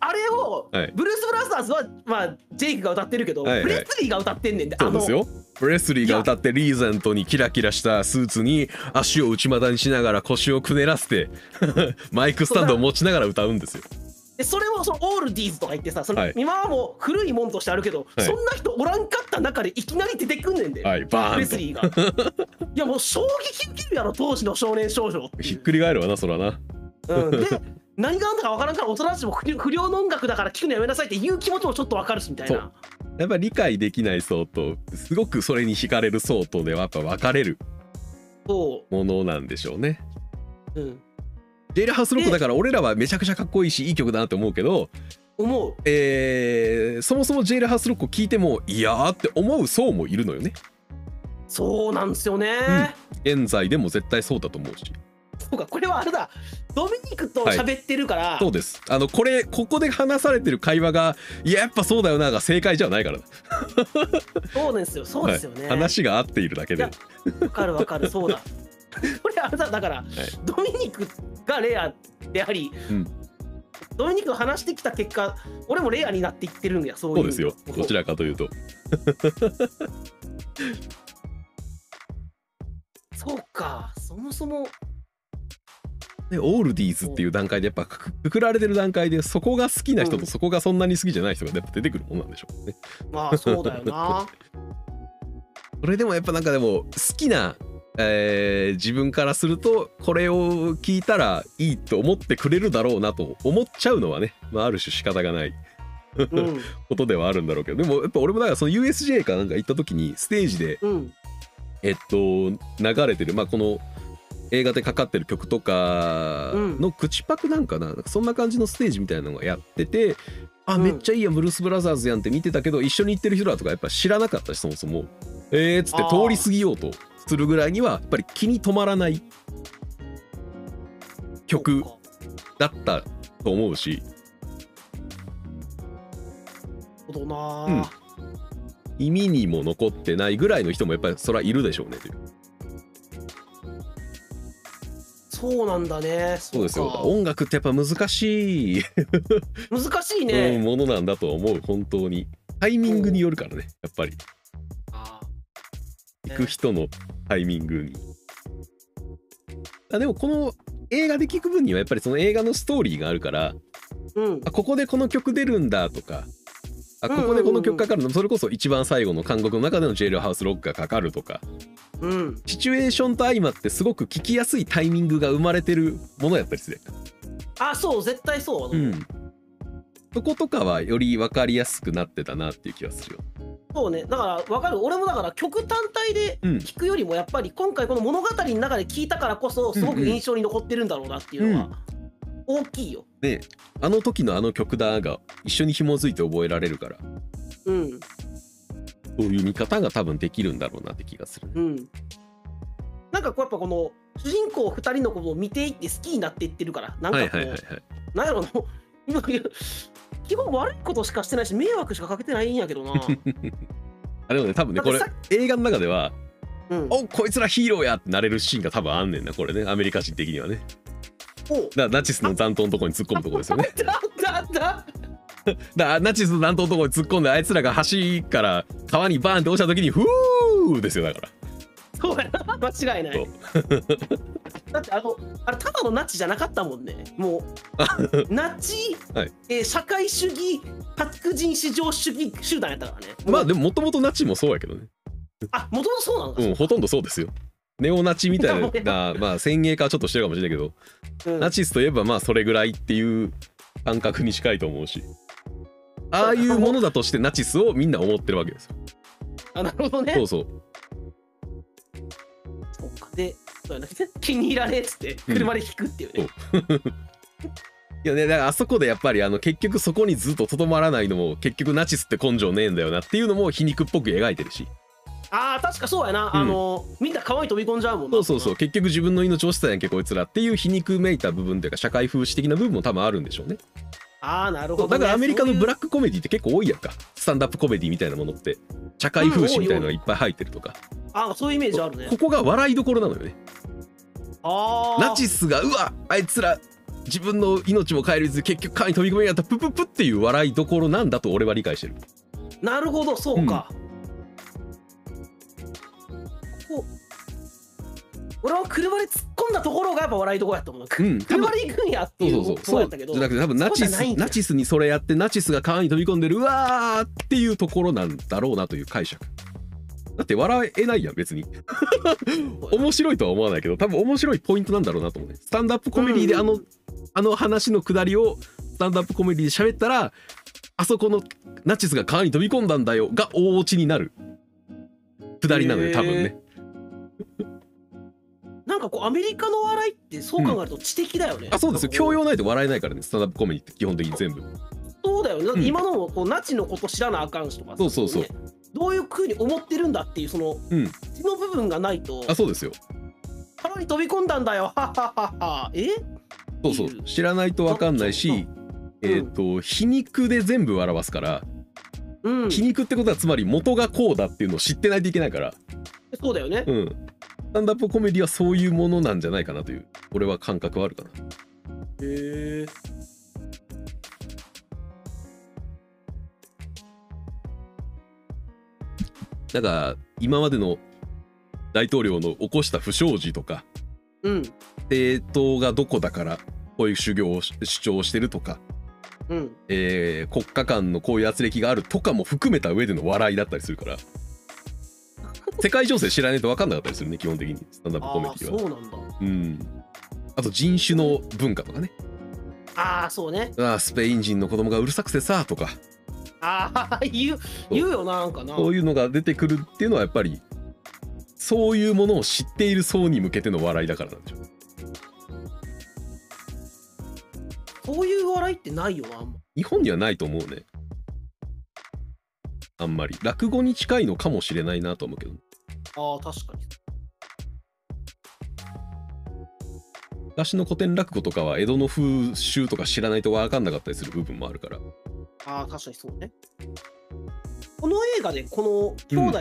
あれを、
はい
ブルース・ブラザーズは、まあ、ジェイクが歌ってるけど、
はいはい
プレスリーが歌ってんねんであ
そ
の
うですよプレスリーが歌ってリーゼントにキラキラしたスーツに足を内股にしながら腰をくねらせて マイクスタンドを持ちながら歌うんですよ
でそれをそのオールディーズとか言ってさその、
はい
今はもう古いもんとしてあるけど、
はい
そんな人おらんかった中でいきなり出てくんねんで、
はいバ
プ
ー
レ
ン
ス
と
リーがいやもう衝撃受けるやろ当時の少年少女ってい
ひっ
う
くり返るわなそらな
うん、で何があんだか分からんから大人たちも不良不良の音楽だから聞くのやめなさいっていう気持ちもちょっと分かるしみたいな
やっぱ理解できない層とすごくそれに惹かれる層とではやっぱ分かれる
そ
ものなんでしょうね
う、うん、
ジェイルハウスロックだから俺らはめちゃくちゃかっこいいしいい曲だなって思うけど
思う
えーそもそもジェイルハウスロックを聴いてもいやーって思う層もいるのよね
そうなんですよね、
現在でも絶対そうだと思うし
そうかこれはあれだドミニクと喋ってるから、
そうですあのこれここで話されてる会話がいややっぱそうだよなが正解じゃないからな
そうなんですよそうですよね、
はい話が合っているだけで
いや分かる分かるそ うだこれあれだだから、ドミニクがレアであり、
うん
ドミニクが話してきた結果俺もレアになっていってるんやそうい
そう
う
ですよどちらかというと
そうかそもそも
でオールディーズっていう段階でやっぱくくくられてる段階でそこが好きな人
うん
とそこがそんなに好きじゃない人がやっぱ出てくるもんなんでしょうね
まあそうだよな
それでもやっぱなんかでも好きな、えー自分からするとこれを聞いたらいいと思ってくれるだろうなと思っちゃうのはね、まあ、ある種仕方がない
うん
ことではあるんだろうけどでもやっぱ俺もだからその USJ かなんか行った時にステージで
うん
えっと流れてるまあこの映画でかかってる曲とかの口パクなんかな,、そんな感じのステージみたいなのがやっててあ
うん
めっちゃいいやんブルース・ブラザーズやんって見てたけど一緒に行ってる人らとかやっぱ知らなかったしそもそもえーっつって
あー
通り過ぎようとするぐらいにはやっぱり気に留まらない曲
そうか
だったと思うし
ほどな、
うん意味にも残ってないぐらいの人もやっぱりそれはいるでしょうねという
そうなんだね
そうですよ音楽ってやっぱ難しい、
難しい
うん
ね、
ものなんだと思う本当にタイミングによるからねやっぱり
あ
行く人のタイミングにあでもこの映画で聞く分にはやっぱりその映画のストーリーがあるから
ーうん
あここでこの曲出るんだとかあ
うんうんうん
ここでこの曲かかるのそれこそ一番最後の韓国の中でのジェイルハウスロックがかかるとか
うん
シチュエーションと相まってすごく聞きやすいタイミングが生まれてるものやったりする
あそう絶対そう、
んそことかはより分かりやすくなってたなっていう気がするよ
そうねだから分かる俺もだから曲単体で
うん
聞くよりもやっぱり今回この物語の中で聞いたからこそすごく印象に残ってるんだろうなっていうのは大きいよ
ねあの時のあの曲だが一緒に紐づいて覚えられるから
うん
そういう見方が多分できるんだろうなって気がする
うんなんかこうやっぱこの主人公2人のことを見ていって好きになっていってるからなん
は
か
い
こ
はいはいうはい
なんやろなもう今言う基本悪いことしかしてないし迷惑しかかけてないんやけどな、
あでもね多分ねこれ
だって
映画の中では
う
「
ん、
おこいつらヒーローや!」ってなれるシーンが多分あんねんなこれねアメリカ人的にはね
お
だからナチスの残党のとこに突っ込むとこですよね
だだだ
だからナチスの南東のところに突っ込んであいつらが橋から川にバーンって落ちた時にフーですよだから
そうやな 間違いな
そ
いだってあのあれただのナチじゃなかったもんねも うナチ、
はい
えー社会主義白人至上主義集団やったからね
まあ
もう
でももともとナチもそうやけどね
あもともとそうなのか、
うんほとんどそうですよネオナチみ たいなまあ先鋭化はちょっとしてるかもしれないけど
うん
ナチスといえばまあそれぐらいっていう感覚に近いと思うしああいうものだとしてナチスをみんな思ってるわけですよ
あなるほどね
そうそう
そうかでそうやな気に入らねえっつって車で引くっていうね、
いやねだからあそこでやっぱりあの結局そこにずっととどまらないのも結局ナチスって根性ねえんだよなっていうのも皮肉っぽく描いてるし
ああ確かそうやな、
ん
あのみんな川に飛び込んじゃうもんな
そうそうそう結局自分の命落ちたやんけこいつらっていう皮肉めいた部分というか社会風刺的な部分も多分あるんでしょうね
ああなるほ
そ
ど、
う
ね、
だからアメリカのブラ
ッ
ックコメディって結構多いやんかスタンダップコメディみたいなものって社会風刺みたいなのがいっぱい入ってるとか、
クあそういうイメージあるね
ここが笑いどころなのよね
ああ
ナチスがうわあいつら自分の命も変えるず結局川に飛び込みやがったプププっていう笑いどころなんだと俺は理解してる
なるほどそうか、ここ俺は車で突っ込んだところがやっぱ笑いとこやったもんな、
うん多分
車で行くんやって
そう
い
そううそう
そうやったけど
じゃなくて多分ナチ
そうじゃない
ス
んだ
ナチスにそれやってナチスが川に飛び込んでるうわーっていうところなんだろうなという解釈だって笑えないやん別に面白いとは思わないけど多分面白いポイントなんだろうなと思うねスタンダップコメディであの、
うんうん
あの話のくだりをスタンダップコメディで喋ったらあそこのナチスが川に飛び込んだんだよが大オチになるくだりなのよ多分ね
なんかこうアメリカの笑いってそう考えると知的だよね、
あそうですよ教養ないと笑えないからねスタンダップコメディって基本的に全部
そうだよねだっ
う
て
ん
今のもこうナチのこと知らなあかんしとか
そうそうそう
ねどういうふうに思ってるんだっていうその
うん
血の部分がないと
あそうですよ
腹に飛び込んだんだよはっはっはっはえ
そうそ
っていうう
知らないと分かんない
うん
し、えっと皮肉で全部表すから、
うん
皮肉ってことはつまり元がこうだっていうのを知ってないといけないから、
そうだよね
うん、スタンダップコメディはそういうものなんじゃないかなという俺は感覚はあるかな。
へえ
だから今までの大統領の起こした不祥事とか
うん
政党がどこだからこういう主業をし主張してるとか、
うん
えー国家間のこういう圧力があるとかも含めた上での笑いだったりする から世界情勢知らないと分かんなかったりするね基本的にスタンダップコメ
ああ
ディ
そ
は。
うなんだ
うん、あと人種の文化とかね
ああそうね
あースペイン人の子供がうるさくてさとか
ああ 言う言うよななんかな
そういうのが出てくるっていうのはやっぱりそういうものを知っている層に向けての笑いだからなんでしょう
そういう笑いってないよなあんま
日本にはないと思うねあんまり落語に近いのかもしれないなと思うけど
ああ確かに
昔の古典落語とかは江戸の風習とか知らないと分かんなかったりする部分もあるから
ああ確かにそうねこの映画でこの兄弟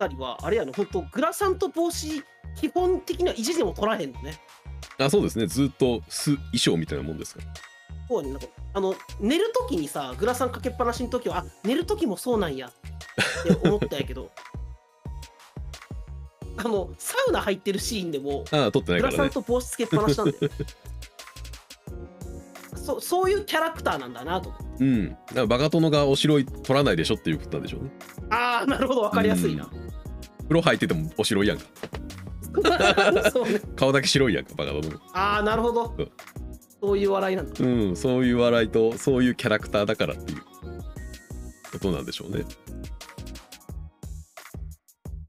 二人は、あれやの本当グラサンと帽子基本的には意地でも取らへんのね
あそうですねずっと素衣装みたいなもんですから
そうねなんかあの寝る時にさグラサンかけっぱなしの時はあ寝る時もそうなんやって思ったんやけどあのサウナ入ってるシーンでも
ああ撮ってない
グ
か
ラ
ら
サン
ね
と帽子つけっぱな しなんだよそそういうキャラクターなんだなと思って
うんだからバカ殿がおしろい取らないでしょっていうことなんでしょうね
ああなるほど分かりやすいな、
風呂入っててもおしろいやんか
そうね
顔だけ白いやんかバカ殿
ああなるほど
うん
そういう笑いなんだ
うんそういう笑いとそういうキャラクターだからっていうことなんでしょうね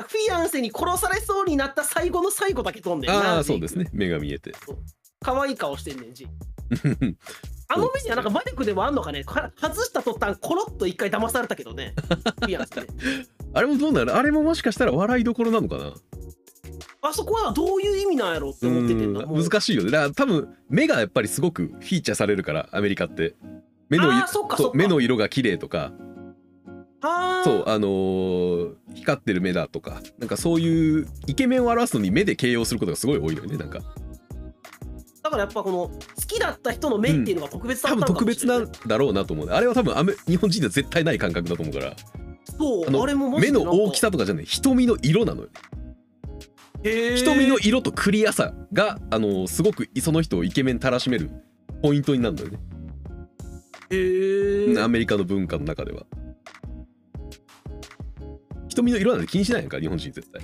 フィアンセに殺されそうになった最後の最後だけ飛んでんな
ああそうですすね目が見えて
可愛い顔してんねんジンあの目にはなんかマジックでもあんのかねか外した途端コロッと一回騙されたけど ねフィアンセね
あれもどうなるあれももしかしたら笑いどころなのかな
あそこはどういう意味なんやろって思っててんなも
うん
う
難しいよねだから多分目がやっぱりすごくフィーチャーされるからアメリカって目の
あーそっか
そう
そっか
目の色が綺麗とか
あー
そうあのー光ってる目だとかなんかそういうイケメンを表すのに目で形容することがすごい多いのよねなんか
だからやっぱこの好きだった人の目っていうのが特別だっ
多
た
分
のかも
特
し
別
れない、
なんだろうなと思うねあれは多分アメ日本人では絶対ない感覚だと思うから
そう
あの
あれもマジ
目
で
の
なんか
大きさとかじゃない瞳の色なのよ
へー
瞳の色とクリアさがあのーすごくその人をイケメンたらしめるポイントになるのよね
へー
アメリカの文化の中では。瞳の色なんて気にしないやんか、日本人絶対。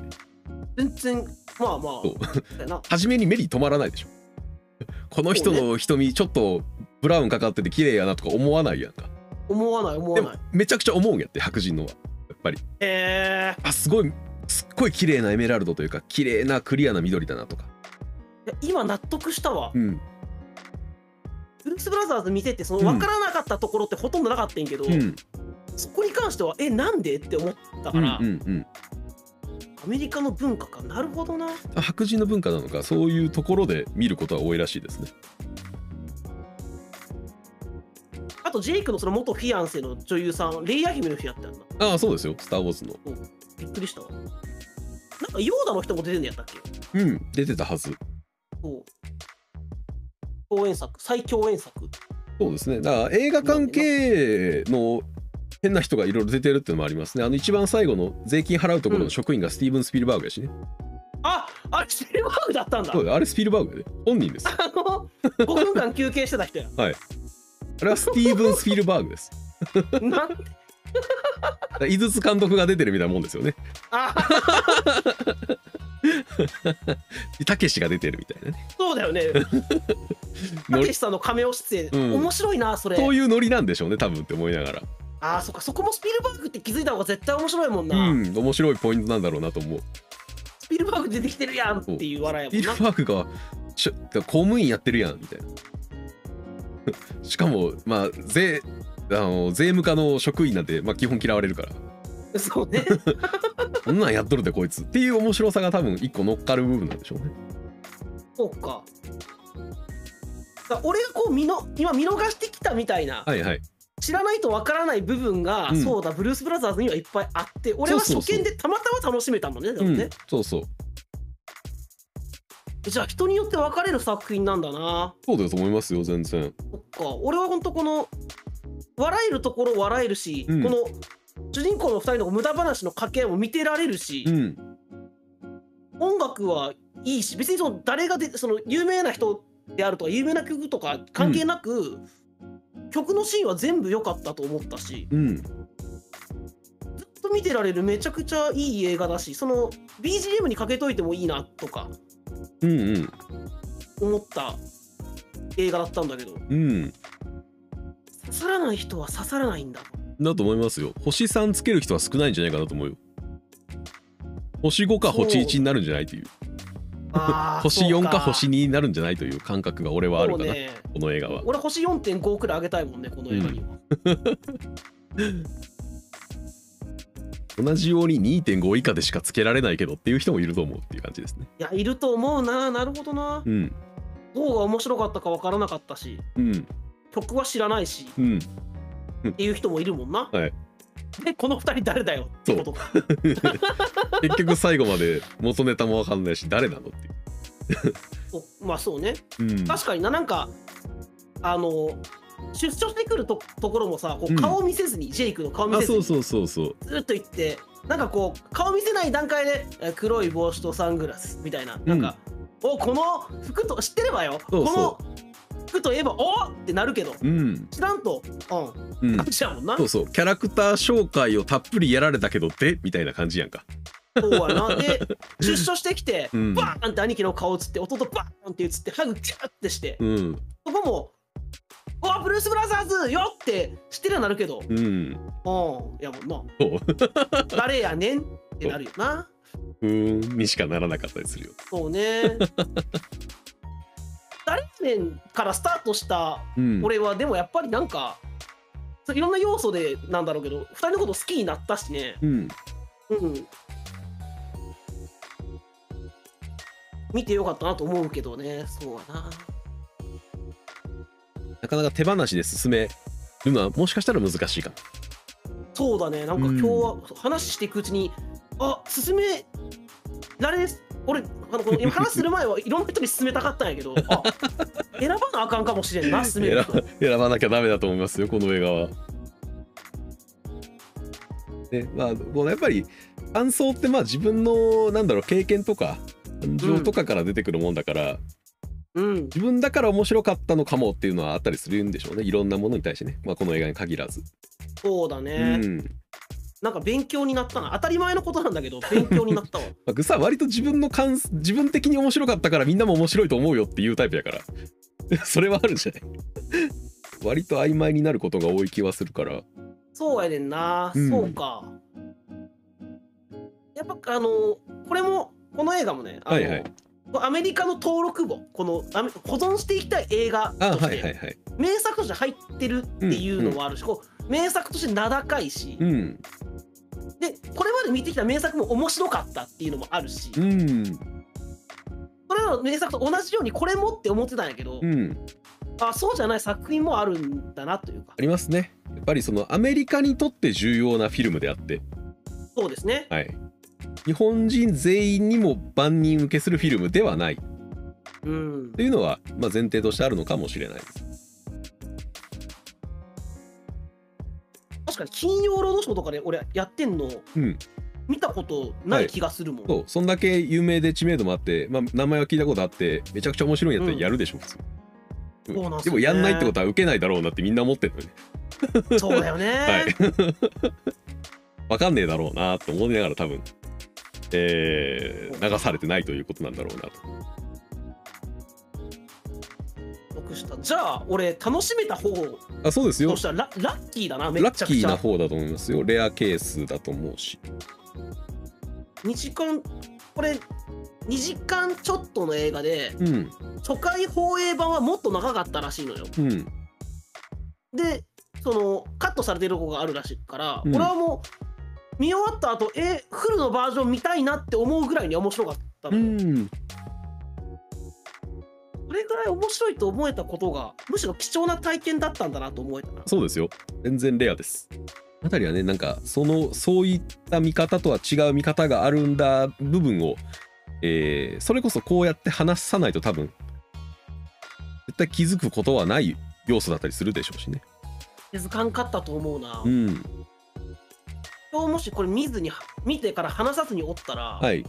全然まあまあ
そう
だよな
初めに目に止まらないでしょ。この人の瞳、ちょっとブラウンかかってて綺麗やなとか思わないやんか。
思わない思
で
わ
も
ない、
めちゃくちゃ思うんやって、白人のは。やっぱり。
え
あ、すごい、すっごい綺麗なエメラルドというか、綺麗なクリアな緑だなとか。
ー、いや今納得したわ
うん。
ウルフス・ブラザーズ見ててその
うん
分からなかったところってほとんどなかったんやけど、
うん。
そこに関してはえなんでって思った
う
か
ん。う
ら、
ん。うん。
アメリカの文化かなるほどな
白人の文化なのか、そういうところで見ることは多いらしいですね。
あとジェイクのその元フィアンセの女優さんレイヤ姫の日やったんだ
ああ、そうですよ。スター・ウォーズの。
びっくりしたわなんかヨーダの人も出てんのやったっけ
うん。出てたはず。
そう共演作最共演作
そうですね。だから映画関係の変な人がいろいろ出てるっていうのもありますね。あの一番最後の税金払うところの職員がスティーブン・スピルバーグやしね。
ああれスピルバーグだったんだ
そうだよあれスピルバーグやで。本人ですよ。
あの5分間休憩してた人や
あれはスティーブン・スピルバーグです。
なん
だから井筒監督が出てるみたいなもんですよね。
あ
たけしが出てるみたいなね。
そうだよ ねた
ノ
け
リ
しさんの亀尾出演、
うん
面白いなそれ
そういうノリなんでしょうね、多分って思いながら。
あーそっかそこもスピルバーグって気づいた方が絶対面白いもんな、
うん、面白いポイントなんだろうなと思う。
スピルバーグ出てきてるやんっていう笑
ス
い
ピ
や
ルバ
もんな
ーグがしょ公務員やってるやんみたいな。しかも、まあ、税あの税務課の職員なんて、まあ、基本嫌われるから。
そうね
こんなんやっとるでこいつっていう面白さが多分一個乗っかる部分なんでしょうね。
そうかだから俺がこう見の今見逃してきたみたいな、
はいはい。
知らないとわからない部分が、
うん
そうだブルース・ブラザーズにはいっぱいあって俺は初
そうそうそう
見でたまたま楽しめたもんねでも
うん
ね、、
そうそう。
じゃあ人によって分かれる作品なんだな
そうだと思いますよ、全然。
そっか俺は本当この笑えるところ笑えるし、
うん
この主人公の2人の無駄話の掛け合いも見てられるし
う、ん。
音楽はいいし別にその誰がでその有名な人であるとか有名な曲とか関係なく、曲のシーンは全部良かったと思ったし
うん。
ずっと見てられるめちゃくちゃいい映画だしその BGM にかけといてもいいなとか
うんうん。
思った映画だったんだけど
うん。
刺さらない人は刺さらないん だ
だと思いますよ。星3つける人は少ないんじゃないかなと思うよ。星5か星1になるんじゃないという。
あー
星
そう
4か星2になるんじゃないという感覚が俺はあるかな、
そうね
この映画は。
俺星4.5くらいあげたいもんねこの映画には、
同じように2.5以下でしかつけられないけどっていう人もいると思うっていう感じですね。
いやいると思うななるほどな
うん。
どうが面白かったか分からなかったし
うん。
曲は知らないし
うん。
っていう人もいるもんな、
はい
でこの2人誰だよってことか
結局最後まで元ネタもわかんないし誰なのっていう
おまあそうね
うん、
確かにななんかあの出所してくるとところもさこ
う
うん顔見せずに、ジェイクの顔見
あ
せず
そ
に
う
ず
そうそうそう
ーっと行ってなんかこう顔見せない段階でえ黒い帽子とサングラスみたいななんか、おこの服と知ってればよ
そうそ
この服といえばおってなるけど
うん
知らんとうん
うん
感じやもんな、
そうそうキャラクター紹介をたっぷりやられたけどでみたいな感じやんか
そうやな で出所してきて、
うん
バーンって兄貴の顔映って弟バーンって映ってハグキャーってして
うん
そこも「おブルース・ブラザーズよ!」って知ってりゃなるけど
うん
うん、やもんな。
そう
誰やねんってなるよな。
うーんにしかならなかったりするよ
そうね。誰やねんからスタートした
うん
俺は、でもやっぱりなんか、そういろんな要素でなんだろうけど、2人のこと好きになったしね。
うん
うん。見てよかったなと思うけどね、そうはな。
なかなか手放しで進めるのはもしかしたら難しいかも
そうだね、なんか
うん
今日は話していくうちに、あ進められ俺あ のこの今話する前はいろんな人に勧めたかったんやけど、あ選ばなあかんかもしれんな、進める人
選。ば選ばなきゃダメだと思いますよこの映画は。ねまあ、このやっぱり感想ってまあ自分のなんだろう経験とか感情とかから出てくるもんだから、
うん、
自分だから面白かったのかもっていうのはあったりするんでしょうねいろんなものに対してね、まあ、この映画に限らず。
そうだ
う
ね、
ん
なんか勉強になったな、当たり前のことなんだけど、勉強に なったわ。
まあ、グサは割と自分の感自分的に面白かったからみんなも面白いと思うよっていうタイプやから それはあるんじゃない割と曖昧になることが多い気はするから。
そうやねんな、
うん
そうか。やっぱあのこれもこの映画もね、あの
はいはい
アメリカの登録簿、このあめ保存していきたい映画と
あ
して、
はいはいはい。
名作として入ってるっていうのもあるし、こう名作として名高いし、
うん。
でこれまで見てきた名作も面白かったっていうのもあるし、
うん。
それらの名作と同じようにこれもって思ってたんやけど、
うん。
あそうじゃない作品もあるんだなというか
ありますね。やっぱりそのアメリカにとって重要なフィルムであって、
そうですね
はい、日本人全員にも万人受けするフィルムではない
うん
というのは、まあ、前提としてあるのかもしれないです。
確かに「金曜ロードショー」とかで俺やってんの
うん、
見たことない気がするもん、
そうそんだけ有名で知名度もあって、まあ、名前は聞いたことあってめちゃくちゃ面白いんやったらやるでしょ、普通。
そうなんすよね
でもやんないってことは受けないだろうなってみんな思ってるのね。
そうだよね、
はい。 わかんねえだろうなと思いながら多分、えー流されてないということなんだろうなと。
得したじゃあ俺楽しめた方と
あそうですよ
したらララッキーだなめ
ラ
っち
ッ
ゃく
キー
ち
な
ゃ
方だと思いますよ。レアケースだと思うし。
2時間これ2時間ちょっとの映画で
うん。
初回放映版はもっと長かったらしいのよ
うん。
でそのカットされてるとこがあるらしいから、
うん
俺はもう見終わった後えフルのバージョン見たいなって思うぐらいには面白かった
う
のよ、
ん。
それぐらい面白いと思えたことがむしろ貴重な体験だったんだなと思えたな
そうですよ。全然レアです。あたりはね、なんか、その、そういった見方とは違う見方があるんだ部分を、えーそれこそこうやって話さないと多分、絶対気づくことはない要素だったりするでしょうしね。
気づかんかったと思うな、
うん。
今日もしこれ見ずに見てから話さずにおったら、
はい。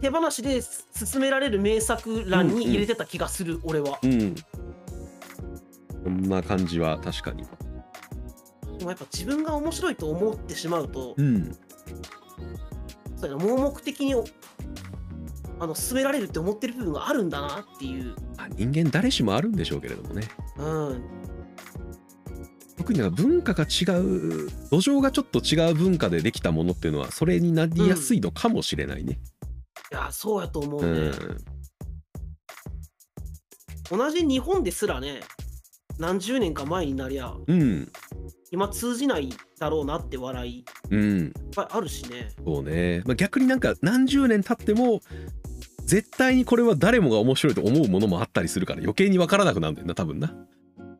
手放しで進められる名作欄に入れてた気がする、俺は
うん。こんな感じは確かに。
でもやっぱ自分が面白いと思ってしまうと、
うん。
そうやな盲目的におあの進められるって思ってる部分があるんだなっていう、
まあ、人間誰しもあるんでしょうけれどもね。
うん、
特になんか文化が違う土壌がちょっと違う文化でできたものっていうのはそれになりやすいのかもしれないね。
いやそうやと思う
う
ね、
ん
同じ日本ですらね何十年か前になりゃ
うん、
今通じないだろうなって笑いいっ
うん、
ぱいあるしね
そうね、まあ、逆になんか何十年経っても絶対にこれは誰もが面白いと思うものもあったりするから余計に分からなくなるんだよな多分な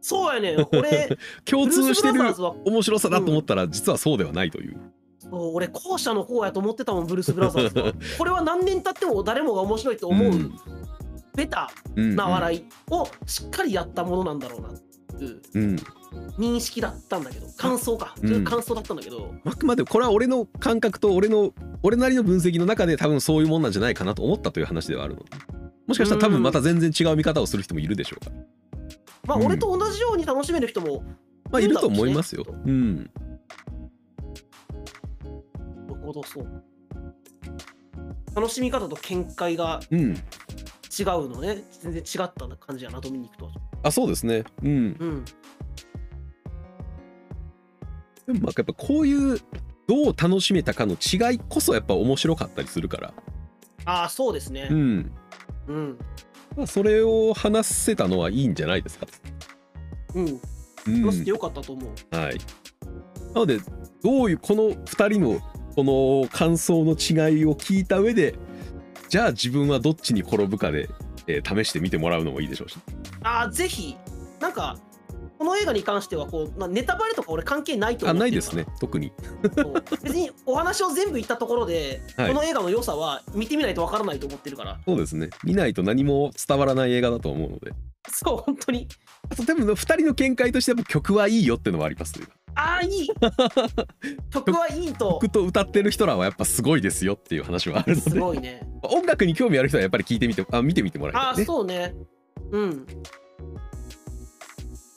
そうやねん 俺
共通して
ブル
る
ースブラザーズは
面白さだと思ったら実はそうではないという、
そう俺後 者の方やと思ってたもんブルース・ブラザーズはこれは何年経っても誰もが面白いと思う、
うん
ベタ
うん
な笑いをしっかりやったものなんだろうなっていう
うん
認識だったんだけど感想か、
うん
そういう感想だったんだけど
あくまでこれは俺の感覚と俺の俺なりの分析の中で多分そういうもんなんじゃないかなと思ったという話ではあるのでもしかしたら多分また全然違う見方をする人もいるでしょうから
まあ
うん
俺と同じように楽しめる人も
まあいると思いますようん
なるほどそう楽しみ方と見解が
うん
違うのね全然違った感じやなドミニクとは
あそうですねうん
うん
でもまあやっぱこういうどう楽しめたかの違いこそやっぱ面白かったりするから
ああそうですね
うん、
うん
まあ、それを話せたのはいいんじゃないですか
うん
うん
話してよかったと思う
はい。なので、どういう、この2人の、この感想の違いを聞いた上で、じゃあ自分はどっちに転ぶかで、えー試してみてもらうのもいいでしょうし。
ああぜひなんかこの映画に関してはこう、まあ、ネタバレとか俺関係ないと
あ、
思う
ないですね、特に。
そう別にお話を全部言ったところで、
はい
この映画の良さは見てみないとわからないと思ってるから
そうですね。見ないと何も伝わらない映画だと思うので。
そう本当に
あと、でも2人の見解としてやっぱ曲はいいよってのはありますというか
ああ いい曲はいいと
曲と歌ってる人らはやっぱすごいですよっていう話はあるの
す
で、
ごいね
音楽に興味ある人はやっぱり聞いてみて、あ、見てみてもらい
あ
た
あ
い、ね。
そうねうん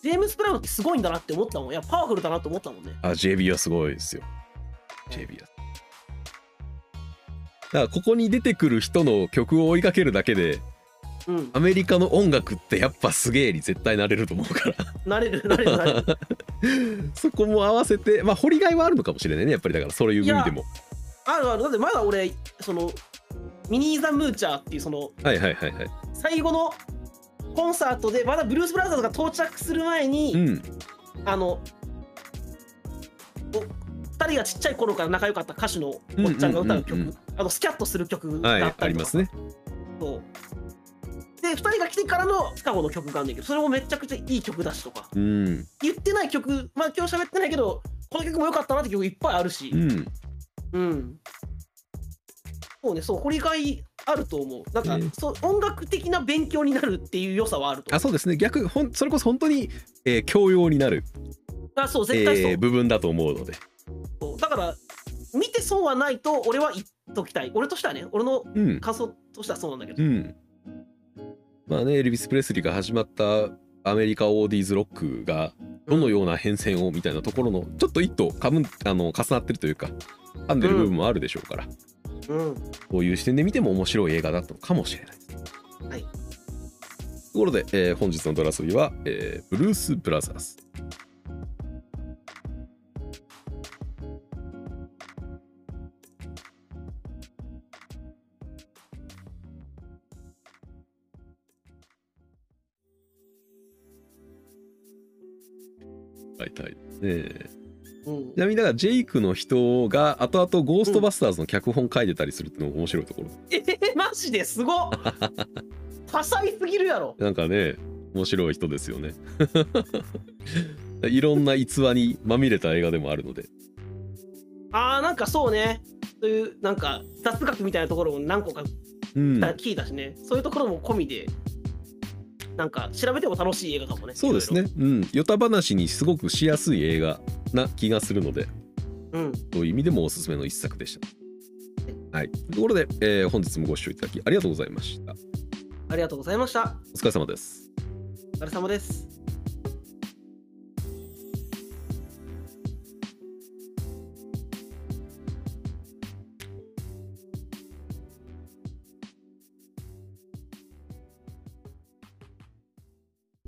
ジェームス・ブラウンってすごいんだなって思ったもんいやパワフルだなと思ったもんね
あ、JB はすごいですよ。JB は。だからここに出てくる人の曲を追いかけるだけで
うん
アメリカの音楽ってやっぱすげえに絶対なれると思うから
なれるなれるなれる
そこも合わせてまあ掘りがいはあるのかもしれないねやっぱりだからそういう意味でも
あるあるだってまだ俺そのミニー・ザ・ムーチャーっていうその
はいはいはいはい
最後のコンサートでまだブルース・ブラザーズが到着する前に、
うん
あのお2人がちっちゃい頃から仲良かった歌手のおっちゃんが歌う曲、
うんうんうんうん
あのスキャットする曲が
は
あ
い
っ
あ
た
り
りとか、
ますね
そうで2人が来てからのスカゴの曲があるんだけどそれもめちゃくちゃいい曲だしとか
うん
言ってない曲まあ今日喋ってないけどこの曲も良かったなって曲いっぱいあるし
うん
うんそうねそう掘りがいあると思うなんか、
えー
そう音楽的な勉強になるっていう良さはあると
あ
思
そうですね逆ほんそれこそ本当に、えー教養になる、
うあそう
え
絶対そう、
ー部分だと思うので
そうだから見て損はないと俺は言っときたい俺としてはね俺の
うん
感想としてはそうなんだけど、
うん。まあね、エルビス・プレスリーが始まったアメリカオーディーズ・ロックがどのような変遷をみたいなところのちょっと一途かぶんあの重なってるというか噛んでる部分もあるでしょうから、
うん
こういう視点で見ても面白い映画だったのかもしれないです。
はい
ところで、えー本日のドラスリは、えーブルース・ブラザーズ。大体ね
うん
ちなみにだからジェイクの人が後々ゴーストバスターズの脚本書いてたりするっていうのも面白いところ、
えーマジです ごっ多彩すぎるやろ
なんかね面白い人ですよね いろんな逸話にまみれた映画でもあるので
あーなんかそうねそういうなんか雑学みたいなところも何個か
うん
聞いたしね、そういうところも込みでなんか調べても楽しい映画かもね
そうですねうんヨタ話にすごくしやすい映画な気がするので
いろいろうん
という意味でもおすすめの一作でしたはいところで、えー本日もご視聴いただきありがとうございました
ありがとうございました
お疲れ様です
お疲れ様です